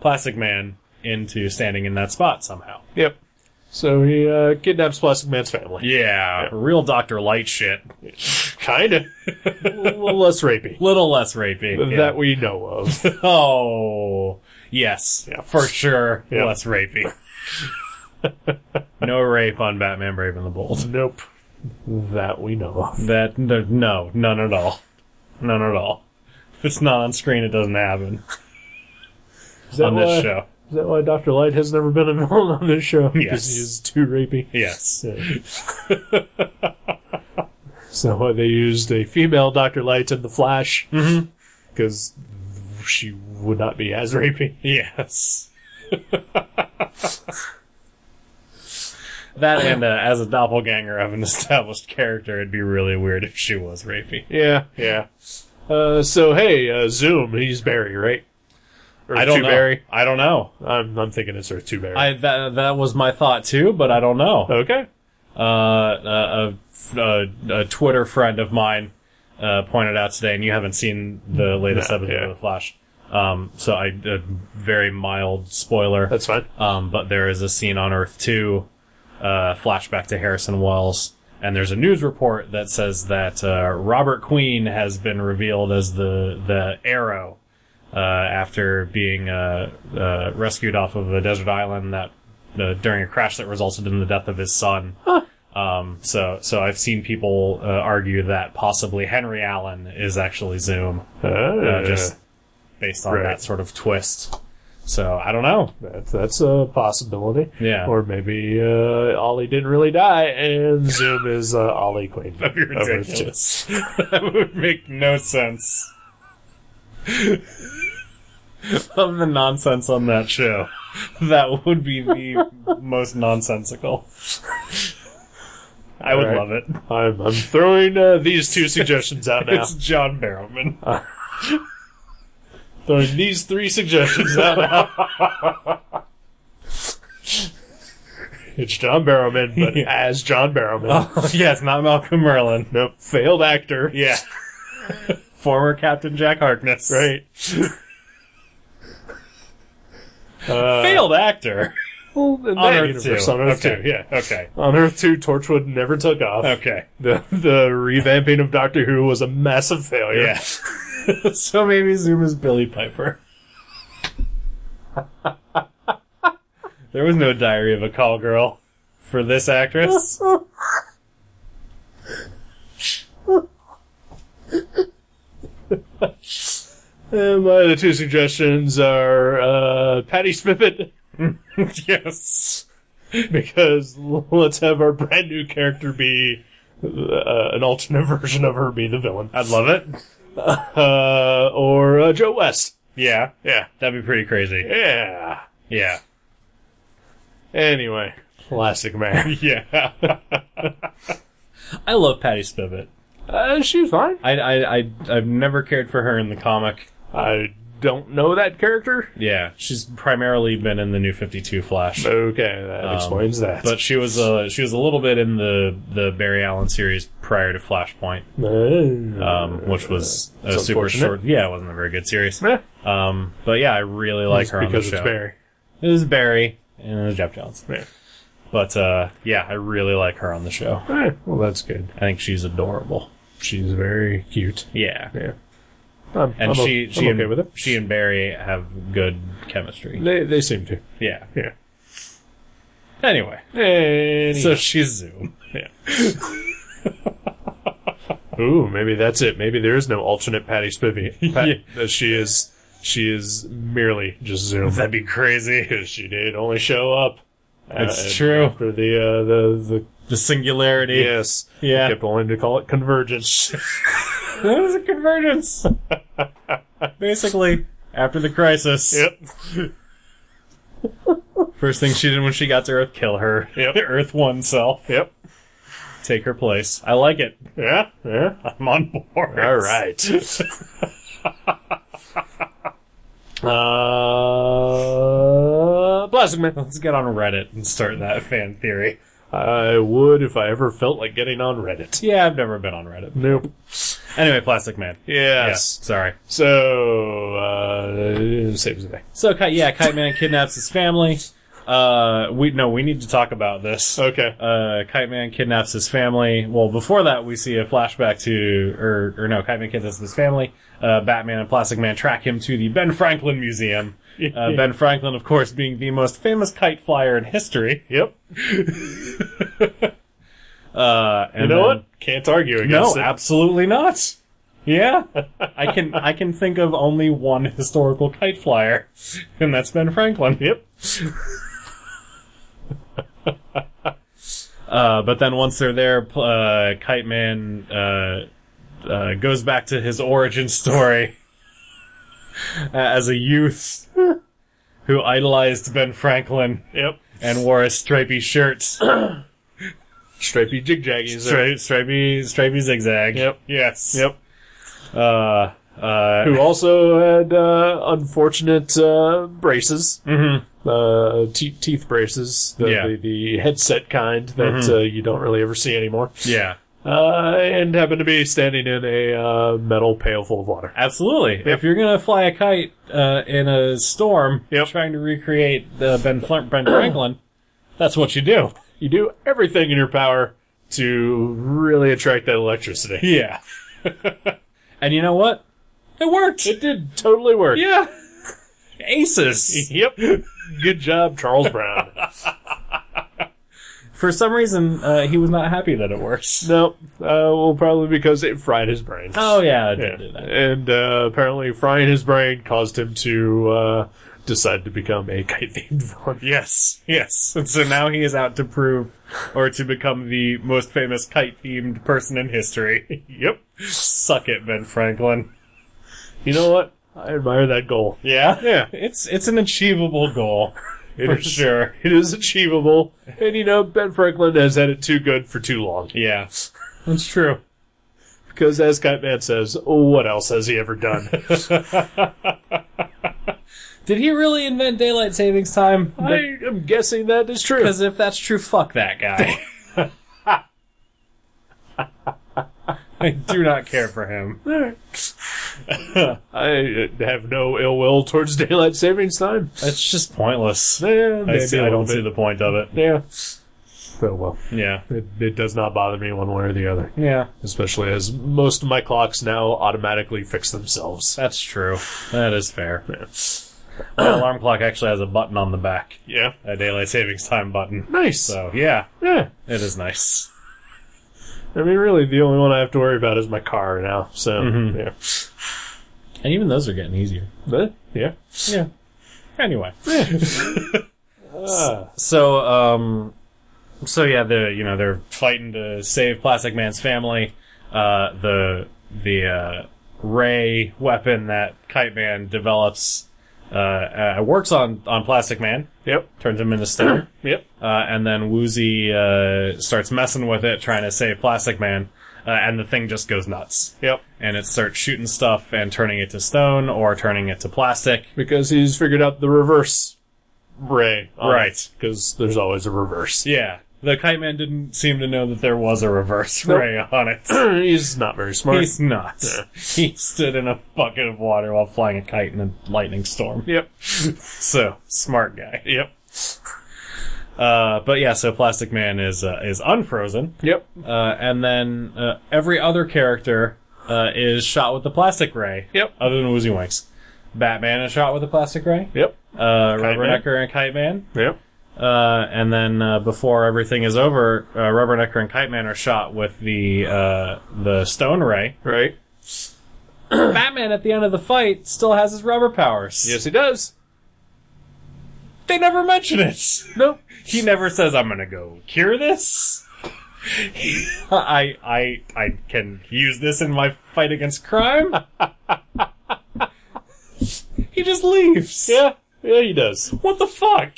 Speaker 1: Plastic Man into standing in that spot somehow.
Speaker 2: Yep. So he uh, kidnaps Plastic Man's family.
Speaker 1: Yeah. Real Dr. Light shit. [laughs]
Speaker 2: Kinda. a little less rapey.
Speaker 1: Little less rapey. Yeah.
Speaker 2: That we
Speaker 1: [laughs]
Speaker 2: know of.
Speaker 1: Oh, yes,
Speaker 2: Yeah.
Speaker 1: for sure.
Speaker 2: Yeah.
Speaker 1: Less rapey. no rape on Batman Brave and the Bold.
Speaker 2: nope. That we know of.
Speaker 1: That no, no, none at all, none at all. If it's not on screen, it doesn't happen
Speaker 2: Is that,
Speaker 1: on
Speaker 2: why,
Speaker 1: this show.
Speaker 2: is that why Dr. Light has never been a villain on this show?
Speaker 1: Yes.
Speaker 2: Because he is too rapey.
Speaker 1: Yes,
Speaker 2: [laughs] So why they used a female Dr. Light in The Flash.
Speaker 1: Mhm.
Speaker 2: Because she would not be as rapey.
Speaker 1: yes. that and uh, as a doppelganger of an established character, it'd be really weird if she was rapey.
Speaker 2: Yeah, yeah. Uh, so hey, uh, Zoom, he's Barry, right? Or
Speaker 1: I don't know.
Speaker 2: Barry.
Speaker 1: I don't know.
Speaker 2: I'm, I'm thinking it's Earth 2 Barry.
Speaker 1: I that that was my thought too, but I don't know.
Speaker 2: okay.
Speaker 1: uh, a, a, a Twitter friend of mine uh, pointed out today, and you haven't seen the latest
Speaker 2: No,
Speaker 1: episode
Speaker 2: yeah.
Speaker 1: of The Flash. Um, so I a very mild spoiler,
Speaker 2: That's fine.
Speaker 1: um, but there is a scene on Earth Two, uh, flashback to Harrison Wells, and there's a news report that says that uh, Robert Queen has been revealed as the the Arrow. Uh, after being uh, uh, rescued off of a desert island that uh, during a crash that resulted in the death of his son, um, so, so I've seen people uh, argue that possibly Henry Allen is actually Zoom, uh,
Speaker 2: Uh,
Speaker 1: just based on
Speaker 2: Right.
Speaker 1: that sort of twist. So I don't know.
Speaker 2: That's that's a possibility.
Speaker 1: Yeah.
Speaker 2: Or maybe uh, Ollie didn't really die, and Zoom is uh, Ollie Queen.
Speaker 1: [laughs] That'd be
Speaker 2: of Earth
Speaker 1: ridiculous. [laughs] that would make no sense. of the nonsense on that show, that would be the most nonsensical. I would
Speaker 2: Alright.
Speaker 1: love it.
Speaker 2: two. I'm, I'm throwing uh, these two suggestions out now.
Speaker 1: It's John
Speaker 2: [laughs]
Speaker 1: Barrowman.
Speaker 2: throwing these three suggestions out now. it's John Barrowman,
Speaker 1: [laughs]
Speaker 2: but as John Barrowman.
Speaker 1: yes, not Malcolm Merlin.
Speaker 2: Nope. Failed actor. [laughs]
Speaker 1: Yeah. Former Captain Jack Harkness.
Speaker 2: Right.
Speaker 1: [laughs]
Speaker 2: Uh,
Speaker 1: Failed actor.
Speaker 2: Well, in
Speaker 1: On
Speaker 2: that
Speaker 1: Earth
Speaker 2: universe,
Speaker 1: 2.
Speaker 2: on Earth
Speaker 1: Okay.
Speaker 2: 2, yeah.
Speaker 1: Okay.
Speaker 2: On Earth 2, Torchwood never took off.
Speaker 1: Okay.
Speaker 2: The, the revamping of Doctor Who was a massive failure.
Speaker 1: Yeah. [laughs] so maybe Zoom is Billy Piper. [laughs] there was no Diary of a Call Girl for this actress.
Speaker 2: And my other two suggestions are uh, Patty Smith,
Speaker 1: [laughs] yes.
Speaker 2: because let's have our brand new character be uh, an alternate [laughs] version of her be the villain.
Speaker 1: I'd love it.
Speaker 2: Uh, or uh, Joe West.
Speaker 1: Yeah.
Speaker 2: Yeah.
Speaker 1: That'd be pretty crazy.
Speaker 2: Yeah.
Speaker 1: Yeah. [laughs]
Speaker 2: Anyway, classic man.
Speaker 1: Yeah. [laughs] I love Patty Spivot.
Speaker 2: Uh, she's fine.
Speaker 1: I, I, I, I've never cared for her in the comic.
Speaker 2: I don't know that character.
Speaker 1: Yeah, she's primarily been in the New Fifty Two Flash.
Speaker 2: Okay, that explains that.
Speaker 1: Um, But she was uh, she was a little bit in the the Barry Allen series prior to Flashpoint,
Speaker 2: Uh,
Speaker 1: um, which was a
Speaker 2: It's
Speaker 1: super
Speaker 2: unfortunate.
Speaker 1: short. Yeah, it wasn't a very good series.
Speaker 2: eh,
Speaker 1: Um, but yeah, I really like
Speaker 2: it's
Speaker 1: her on the
Speaker 2: because
Speaker 1: show.
Speaker 2: it's Barry.
Speaker 1: It was Barry and it was Jeff Johns.
Speaker 2: Yeah.
Speaker 1: But uh, yeah, I really like her on the show.
Speaker 2: Eh, well, that's good.
Speaker 1: I think she's adorable.
Speaker 2: She's very cute.
Speaker 1: Yeah,
Speaker 2: Yeah, I'm,
Speaker 1: and
Speaker 2: I'm o-
Speaker 1: she
Speaker 2: I'm
Speaker 1: she
Speaker 2: okay
Speaker 1: and,
Speaker 2: with it.
Speaker 1: she and Barry have good chemistry.
Speaker 2: They they seem to.
Speaker 1: Yeah.
Speaker 2: Yeah.
Speaker 1: Anyway,
Speaker 2: And
Speaker 1: so she's Zoom.
Speaker 2: yeah. Ooh, maybe that's it. Maybe there is no alternate Patty [laughs] Spivey. Pat, that She is she is merely just Zoom.
Speaker 1: That'd be crazy.
Speaker 2: [laughs] because she did only show up. Uh,
Speaker 1: It's true.
Speaker 2: For the uh, the
Speaker 1: The singularity.
Speaker 2: the yes,
Speaker 1: Yeah.
Speaker 2: kept wanting to call it convergence. [laughs]
Speaker 1: That was a convergence. Basically, after the crisis,
Speaker 2: yep,
Speaker 1: first thing she did when she got to Earth, kill her.
Speaker 2: Yep.
Speaker 1: Earth oneself,
Speaker 2: yep,
Speaker 1: take her place. I like it.
Speaker 2: yeah, yeah.
Speaker 1: I'm on board.
Speaker 2: All right. [laughs] uh, Plastic Man.
Speaker 1: [laughs] Let's get on Reddit and start that fan theory.
Speaker 2: I would if I ever felt like getting on Reddit.
Speaker 1: Yeah, I've never been on Reddit.
Speaker 2: Nope.
Speaker 1: Anyway, Plastic Man.
Speaker 2: Yes.
Speaker 1: Yeah, sorry.
Speaker 2: So, uh, saves the day.
Speaker 1: So, Ki- yeah, Kite Man kidnaps his family. Uh, we no, we need to talk about this.
Speaker 2: Okay.
Speaker 1: uh, Kite Man kidnaps his family. Well, before that, we see a flashback to, or, or no, Kite Man kidnaps his family. Uh, Batman and Plastic Man track him to the Ben Franklin
Speaker 2: [laughs]
Speaker 1: Museum. Uh, ben Franklin, of course, being the most famous kite flyer in history.
Speaker 2: Yep.
Speaker 1: Uh, and
Speaker 2: You know
Speaker 1: then-
Speaker 2: what? Can't argue
Speaker 1: No,
Speaker 2: against it.
Speaker 1: absolutely not. Yeah, [laughs] I can I can think of only one historical kite flyer, and that's Ben Franklin.
Speaker 2: Yep.
Speaker 1: Uh, but then once they're there, pl- uh, Kite Man uh, uh, goes back to his origin story [laughs] uh, as a youth [laughs] who idolized Ben Franklin
Speaker 2: Yep.
Speaker 1: and wore a stripy [coughs] shirt,
Speaker 2: Stripey jigjaggies.
Speaker 1: Stri- stripy stripy zigzag.
Speaker 2: Yep.
Speaker 1: Yes.
Speaker 2: Yep.
Speaker 1: Uh, uh,
Speaker 2: Who also had uh, unfortunate uh, braces, mm-hmm. uh, te- teeth braces, the,
Speaker 1: Yeah. Mm-hmm.
Speaker 2: the, the headset kind that uh, you don't really ever see anymore,
Speaker 1: yeah.
Speaker 2: uh, and happened to be standing in a uh, metal pail full of water.
Speaker 1: Absolutely. If you're gonna fly a kite uh, in a storm,
Speaker 2: Yep.
Speaker 1: trying to recreate uh, ben, Fl- ben Franklin, that's what you do.
Speaker 2: You do everything in your power to really attract that electricity.
Speaker 1: Yeah. [laughs] and you know what? It worked.
Speaker 2: It did totally work.
Speaker 1: [laughs] yeah. [laughs] Aces.
Speaker 2: Yep. Good job,
Speaker 1: [laughs]
Speaker 2: Charles Brown.
Speaker 1: For some reason, uh, he was not happy that it [laughs] works.
Speaker 2: no, uh, well, probably because it fried his brain.
Speaker 1: Oh yeah, it did
Speaker 2: Yeah.
Speaker 1: do that.
Speaker 2: And uh, apparently, frying his brain caused him to uh, decide to become a [laughs] kite themed villain.
Speaker 1: Yes, yes. And so now he is out to prove or to become the most famous kite themed person in history. [laughs]
Speaker 2: Yep.
Speaker 1: Suck it, Ben Franklin.
Speaker 2: You know what? I admire that goal.
Speaker 1: Yeah?
Speaker 2: Yeah.
Speaker 1: It's it's an achievable goal.
Speaker 2: [laughs] It
Speaker 1: for
Speaker 2: is-
Speaker 1: sure.
Speaker 2: It is achievable. And you know, Ben Franklin has had it too good for too long.
Speaker 1: Yeah. That's true.
Speaker 2: Because as Kite Man says, oh, what else has he
Speaker 1: [laughs]
Speaker 2: ever done?
Speaker 1: Did he really invent daylight savings time?
Speaker 2: I am guessing that is true.
Speaker 1: Because if that's true, fuck that guy.
Speaker 2: [laughs]
Speaker 1: I do not care for him.
Speaker 2: [laughs] I uh, have no ill will towards daylight savings time.
Speaker 1: It's just pointless.
Speaker 2: Yeah,
Speaker 1: I,
Speaker 2: maybe
Speaker 1: see,
Speaker 2: a
Speaker 1: I
Speaker 2: little
Speaker 1: don't see
Speaker 2: bit.
Speaker 1: the point of it.
Speaker 2: Yeah. Oh well,
Speaker 1: Yeah.
Speaker 2: it, it does not bother me one way or the other.
Speaker 1: Yeah.
Speaker 2: especially as most of my clocks now automatically fix themselves.
Speaker 1: That's true. That is
Speaker 2: [clears throat]
Speaker 1: fair. My alarm clock actually has a button on the back.
Speaker 2: Yeah.
Speaker 1: A daylight savings time button.
Speaker 2: Nice.
Speaker 1: So, yeah.
Speaker 2: Yeah.
Speaker 1: It is nice.
Speaker 2: I mean, really, the only one I have to worry about is my car now. So, yeah.
Speaker 1: And even those are getting easier.
Speaker 2: But, yeah.
Speaker 1: [laughs] Yeah. Anyway.
Speaker 2: Ah,
Speaker 1: So, um, so yeah, the you know they're fighting to save Plastic Man's family. Uh, the the uh, ray weapon that Kite Man develops uh, uh, works on, on Plastic Man,
Speaker 2: Yep.
Speaker 1: turns him into stone,
Speaker 2: Yep.
Speaker 1: uh, and then Woozy uh, starts messing with it, trying to save Plastic Man, uh, and the thing just goes nuts.
Speaker 2: Yep.
Speaker 1: And it starts shooting stuff and turning it to stone or turning it to plastic.
Speaker 2: Because he's figured out the reverse ray.
Speaker 1: Right.
Speaker 2: Because there's always a reverse. [clears throat]
Speaker 1: Yeah, the Kite Man didn't seem to know that there was a reverse
Speaker 2: Nope.
Speaker 1: ray on it.
Speaker 2: he's not very smart.
Speaker 1: He's not. He stood in a bucket of water while flying a kite in a lightning storm.
Speaker 2: Yep.
Speaker 1: So smart guy.
Speaker 2: Yep.
Speaker 1: Uh, but yeah, so Plastic Man is uh, is unfrozen,
Speaker 2: Yep.
Speaker 1: uh, and then uh, every other character uh, is shot with the plastic ray.
Speaker 2: Yep.
Speaker 1: Other than Woozy Winks, Batman is shot with the plastic ray.
Speaker 2: Yep.
Speaker 1: Uh,
Speaker 2: Kite Man.
Speaker 1: Rubbernecker and Kite Man,
Speaker 2: Yep.
Speaker 1: uh, and then uh, before everything is over, uh, Rubbernecker and Kite Man are shot with the uh, the stone ray.
Speaker 2: Right.
Speaker 1: Batman at the end of the fight still has his rubber powers.
Speaker 2: Yes, he does.
Speaker 1: They never mention it.
Speaker 2: Nope.
Speaker 1: He never says, "I'm gonna go cure this." [laughs] I I I can use this in my fight against crime. [laughs] he just leaves.
Speaker 2: Yeah. Yeah, he does.
Speaker 1: What the fuck?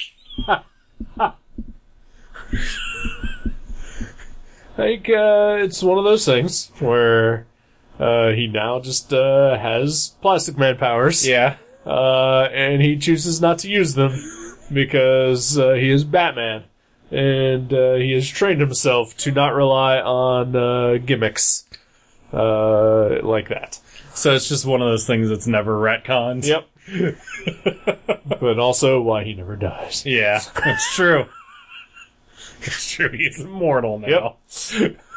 Speaker 2: think uh, it's one of those things where uh, he now just uh, has Plastic Man powers.
Speaker 1: Yeah.
Speaker 2: Uh, and he chooses not to use them because uh, he is Batman. And uh, he has trained himself to not rely on uh, gimmicks uh, like that.
Speaker 1: So it's just one of those things that's never retconned.
Speaker 2: Yep. [laughs] but also why he never dies. [laughs]
Speaker 1: Yeah. It's [laughs] true. it's true. He's immortal now.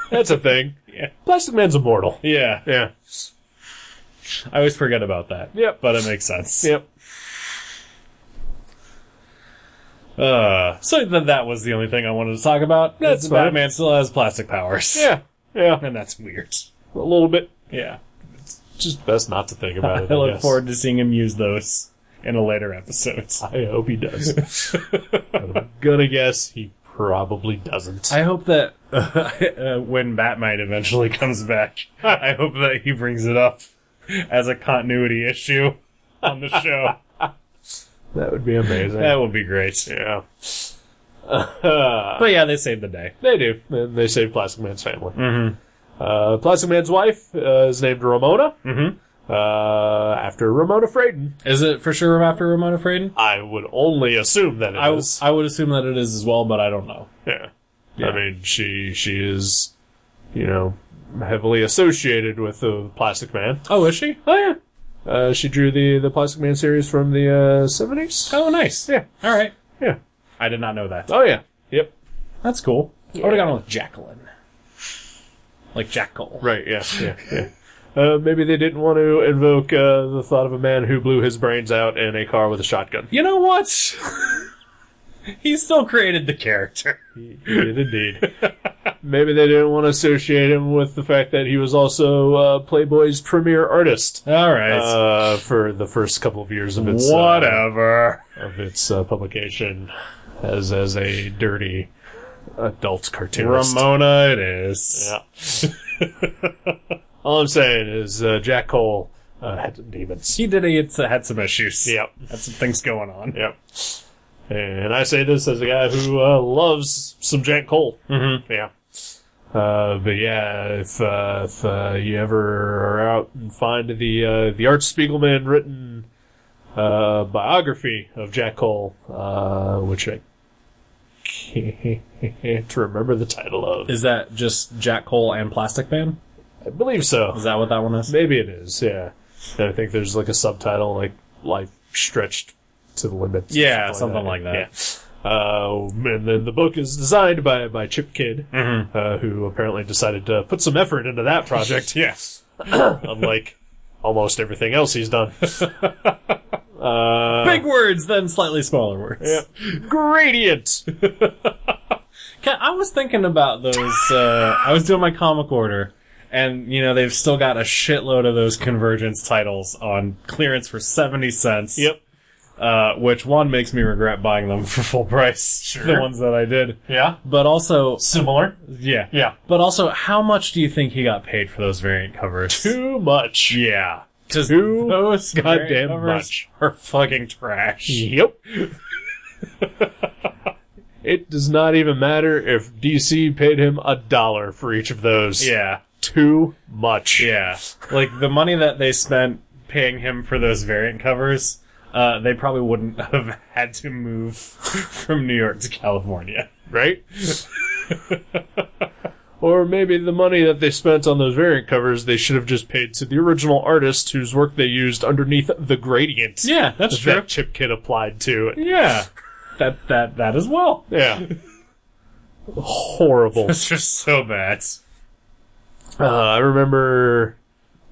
Speaker 2: That's a thing.
Speaker 1: Yeah.
Speaker 2: Plastic Man's immortal.
Speaker 1: Yeah.
Speaker 2: Yeah.
Speaker 1: I always forget about that.
Speaker 2: Yep.
Speaker 1: But it makes sense.
Speaker 2: Yep.
Speaker 1: Uh, so then that was the only thing I wanted to talk about.
Speaker 2: That's
Speaker 1: Is
Speaker 2: fine.
Speaker 1: Batman still has plastic powers.
Speaker 2: Yeah. Yeah.
Speaker 1: And that's weird.
Speaker 2: A little bit.
Speaker 1: Yeah.
Speaker 2: Just best not to think
Speaker 1: [laughs]
Speaker 2: about
Speaker 1: I
Speaker 2: it.
Speaker 1: look
Speaker 2: guess.
Speaker 1: forward to seeing him use those in a later episode.
Speaker 2: [laughs] I hope he does. I'm gonna guess he probably doesn't.
Speaker 1: I hope that [laughs] uh, when Batman eventually comes back, [laughs] I hope that he brings it up as a continuity issue on the
Speaker 2: [laughs]
Speaker 1: show.
Speaker 2: that would be amazing.
Speaker 1: that would be great.
Speaker 2: [laughs] yeah. [laughs]
Speaker 1: But yeah, they saved the day.
Speaker 2: They do. And they save Plastic Man's family. Mm-hmm. Uh, Plastic Man's wife uh, is named Ramona.
Speaker 1: Mhm.
Speaker 2: Uh, after Ramona Fraden.
Speaker 1: Is it for sure after Ramona Fraiden?
Speaker 2: I would only assume that it
Speaker 1: I, w-
Speaker 2: is.
Speaker 1: I would assume that it is as well, but I don't know.
Speaker 2: yeah.
Speaker 1: Yeah.
Speaker 2: I mean, she she is, you know, heavily associated with the Plastic Man.
Speaker 1: Oh, is she?
Speaker 2: Oh yeah. Uh, she drew the the Plastic Man series from the uh, seventies.
Speaker 1: Oh, nice.
Speaker 2: Yeah.
Speaker 1: All right.
Speaker 2: yeah.
Speaker 1: I did not know that.
Speaker 2: Oh yeah. Yep.
Speaker 1: That's cool. I would have gone with Jacqueline. Like Jackal.
Speaker 2: Right. [laughs] Yeah. Yeah. yeah. Uh, maybe they didn't want to invoke uh, the thought of a man who blew his brains out in a car with a shotgun.
Speaker 1: You know what? [laughs] he still created the character.
Speaker 2: He did indeed. [laughs] maybe they didn't want to associate him with the fact that he was also uh, Playboy's premier artist
Speaker 1: All right.
Speaker 2: uh, for the first couple of years of its uh,
Speaker 1: Whatever.
Speaker 2: of its uh, publication as as a dirty adult cartoonist.
Speaker 1: Ramona it is.
Speaker 2: Yeah. [laughs] All I'm saying is uh, Jack Cole uh, had some demons.
Speaker 1: He did it's, had some issues.
Speaker 2: Yep.
Speaker 1: Had some things going on.
Speaker 2: Yep. And I say this as a guy who uh, loves some Jack Cole. Mm-hmm. Yeah. Uh, but yeah, if, uh, if uh, you ever are out and find the uh, the Art Spiegelman written uh, biography of Jack Cole, uh, which I can't [laughs] remember the title of,
Speaker 1: Is that just Jack Cole and Plastic Man?
Speaker 2: I believe so.
Speaker 1: Is that what that one is?
Speaker 2: Maybe it is, yeah. And I think there's like a subtitle like life stretched to the limit. or
Speaker 1: Yeah, something like
Speaker 2: Yeah. Uh, and then the book is designed by, by Chip Kidd,
Speaker 1: Mm-hmm.
Speaker 2: uh, who apparently decided to put some effort into that
Speaker 1: [laughs]
Speaker 2: project,
Speaker 1: Yes.
Speaker 2: unlike almost everything else
Speaker 1: [laughs]
Speaker 2: he's done.
Speaker 1: Big words, then slightly smaller words.
Speaker 2: Gradient!
Speaker 1: Ca- I was thinking about those. Uh, I was doing my comic order, and you know they've still got a shitload of those convergence titles on clearance for seventy cents.
Speaker 2: Yep.
Speaker 1: Uh, which one makes me regret buying them [laughs] for full price? Sure. The ones that I did.
Speaker 2: Yeah.
Speaker 1: But also,
Speaker 2: Similar.
Speaker 1: yeah,
Speaker 2: Yeah.
Speaker 1: But also, how much do you think he got paid for those variant covers?
Speaker 2: Too much.
Speaker 1: Yeah, Because
Speaker 2: Too
Speaker 1: those
Speaker 2: goddamn
Speaker 1: carryovers
Speaker 2: much.
Speaker 1: are fucking trash.
Speaker 2: Yep. [laughs] it does not even matter if DC paid him a dollar for each of those.
Speaker 1: Yeah.
Speaker 2: Too much.
Speaker 1: Yeah. Like the money that they spent paying him for those variant covers, uh, they probably wouldn't [laughs] have had to move [laughs] from New York to California.
Speaker 2: Right? [laughs] or maybe the money that they spent on those variant covers, they should have just paid to the original artist whose work they used underneath the gradient.
Speaker 1: Yeah, that's
Speaker 2: That Chip Kid applied to it.
Speaker 1: Yeah. That that that as well. [laughs]
Speaker 2: Yeah. Horrible.
Speaker 1: It's just so bad.
Speaker 2: Uh, I remember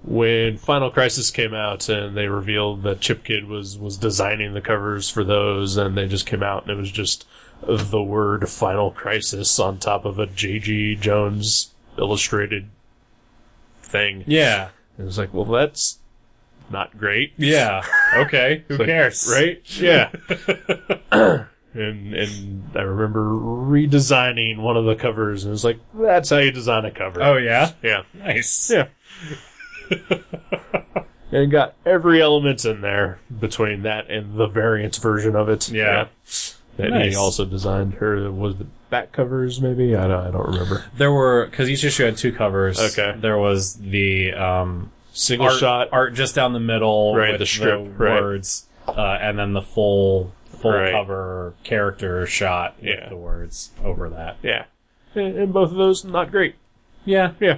Speaker 2: when Final Crisis came out and they revealed that Chip Kid was was designing the covers for those, and they just came out and it was just the word Final Crisis on top of a J.G. Jones illustrated thing.
Speaker 1: Yeah.
Speaker 2: It was like, well, that's not great.
Speaker 1: Yeah. [laughs] Okay. Who
Speaker 2: Like,
Speaker 1: cares?
Speaker 2: Right?
Speaker 1: [laughs]
Speaker 2: Yeah. [coughs] and and I remember redesigning one of the covers, and it was like, that's how you design a cover.
Speaker 1: Oh yeah.
Speaker 2: yeah.
Speaker 1: Nice.
Speaker 2: Yeah. and got every element in there between that and the variant version of it.
Speaker 1: Yeah.
Speaker 2: That
Speaker 1: Nice.
Speaker 2: he also designed her was the back covers maybe I don't I don't remember
Speaker 1: There were because each issue had two covers.
Speaker 2: Okay.
Speaker 1: There was the um,
Speaker 2: single
Speaker 1: art,
Speaker 2: shot
Speaker 1: art just down the middle,
Speaker 2: Right,
Speaker 1: With
Speaker 2: the strip, right.
Speaker 1: words, uh, and then the full full
Speaker 2: Right.
Speaker 1: cover character shot with
Speaker 2: Yeah.
Speaker 1: the words over that.
Speaker 2: yeah and, and both of those not great
Speaker 1: Yeah.
Speaker 2: yeah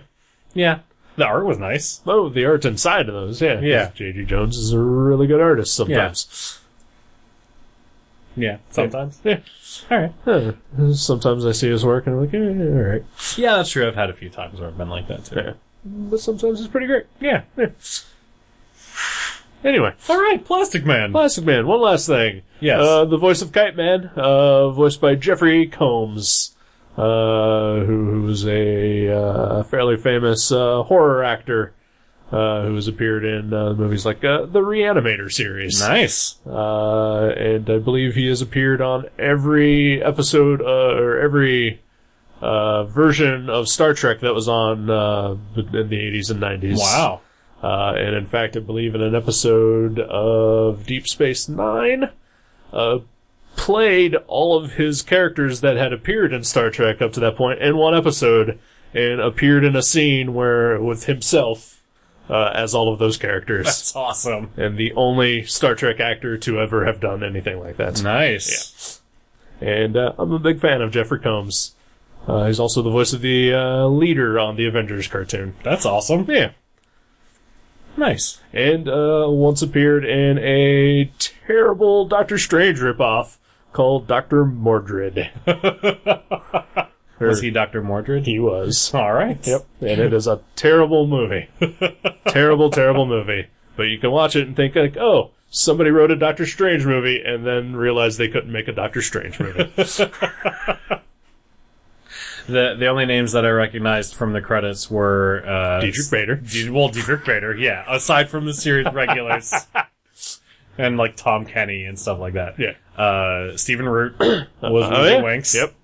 Speaker 1: Yeah. The art was nice.
Speaker 2: oh the art inside of those yeah
Speaker 1: Yeah.
Speaker 2: JG Jones is a really good artist sometimes
Speaker 1: Yeah. Sometimes.
Speaker 2: yeah
Speaker 1: All right.
Speaker 2: Huh. sometimes I see his work and I'm like eh, all right
Speaker 1: Yeah, that's true. I've had a few times where I've been like that too.
Speaker 2: yeah but sometimes it's pretty great
Speaker 1: Yeah.
Speaker 2: yeah. anyway
Speaker 1: All right, Plastic Man.
Speaker 2: Plastic Man. One last thing.
Speaker 1: Yes.
Speaker 2: Uh, the voice of Kite Man, uh, voiced by Jeffrey Combs, uh, who, who was a uh, fairly famous uh, horror actor uh, who has appeared in uh, movies like uh, the Reanimator series.
Speaker 1: nice.
Speaker 2: Uh, and I believe he has appeared on every episode uh, or every uh, version of Star Trek that was on uh, in the 80s and 90s.
Speaker 1: Wow.
Speaker 2: Uh, and in fact, I believe in an episode of Deep Space Nine, uh, played all of his characters that had appeared in Star Trek up to that point in one episode, and appeared in a scene where with himself uh, as all of those characters,
Speaker 1: That's awesome.
Speaker 2: and the only Star Trek actor to ever have done anything like that.
Speaker 1: Nice.
Speaker 2: And uh, I'm a big fan of Jeffrey Combs. Uh, he's also the voice of the uh, leader on the Avengers cartoon.
Speaker 1: That's awesome.
Speaker 2: Yeah.
Speaker 1: Nice.
Speaker 2: and uh, once appeared in a terrible Doctor Strange ripoff called Doctor Mordred. [laughs]
Speaker 1: Was he Dr. Mordred?
Speaker 2: He was.
Speaker 1: All right.
Speaker 2: [laughs] Yep, and it is a terrible [laughs] movie. terrible, terrible movie. But you can watch it and think like, oh, somebody wrote a Doctor Strange movie, and then realized they couldn't make a Doctor Strange [laughs] movie.
Speaker 1: The the only names that I recognized from the credits were uh,
Speaker 2: Dietrich Bader.
Speaker 1: D- well, Dietrich Bader, yeah. Aside from the series regulars, and like Tom Kenny and stuff like that.
Speaker 2: Yeah.
Speaker 1: Uh, Stephen Root was Weezy Winks.
Speaker 2: Uh, oh, Yep.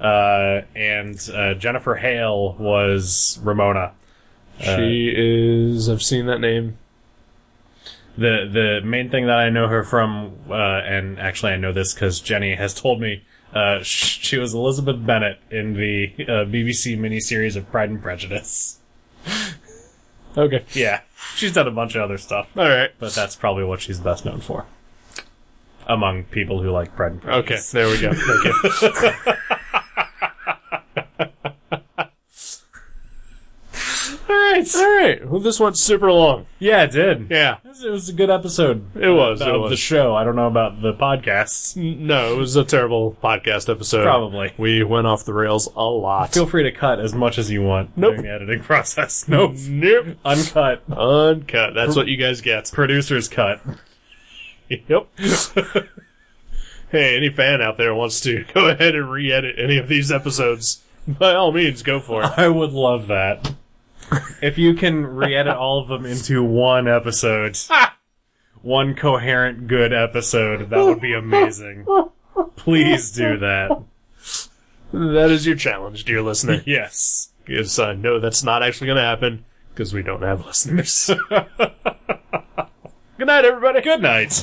Speaker 1: Uh, and uh, Jennifer Hale was Ramona.
Speaker 2: she is. I've seen that name.
Speaker 1: the the main thing that I know her from, uh, and actually I know this because Jenny has told me, uh, sh- she was Elizabeth Bennett in the uh, BBC miniseries of Pride and Prejudice. [laughs]
Speaker 2: Okay.
Speaker 1: Yeah, she's done a bunch of other stuff,
Speaker 2: All right.
Speaker 1: but that's probably what she's best known for. Among people who like Pride and
Speaker 2: Okay.
Speaker 1: Prejudice.
Speaker 2: There we go. [laughs] Okay.
Speaker 1: All right.
Speaker 2: All right. Well, this went super long.
Speaker 1: Yeah, it did.
Speaker 2: Yeah.
Speaker 1: It was- It was a good episode.
Speaker 2: It was,
Speaker 1: Of
Speaker 2: it
Speaker 1: the
Speaker 2: was.
Speaker 1: show. I don't know about the podcast.
Speaker 2: N- No, it was a terrible podcast episode.
Speaker 1: Probably.
Speaker 2: We went off the rails a lot.
Speaker 1: Feel free to cut as much as you want
Speaker 2: Nope. Mm.
Speaker 1: during the editing process. Nope.
Speaker 2: [laughs] Nope.
Speaker 1: Uncut.
Speaker 2: Uncut. That's what you guys get. [laughs]
Speaker 1: Producer's cut.
Speaker 2: Yep. [laughs] hey, any fan out there wants to [laughs] go ahead and re edit any of these episodes, by all means, go for it.
Speaker 1: I would love that. If you can re-edit all of them into [laughs] one episode, one coherent good episode, that would be amazing. Please do that.
Speaker 2: [laughs] That is your challenge, dear listener.
Speaker 1: Yes.
Speaker 2: [laughs] Because I know that's not actually going to happen because we don't have listeners. night, everybody.
Speaker 1: Good night.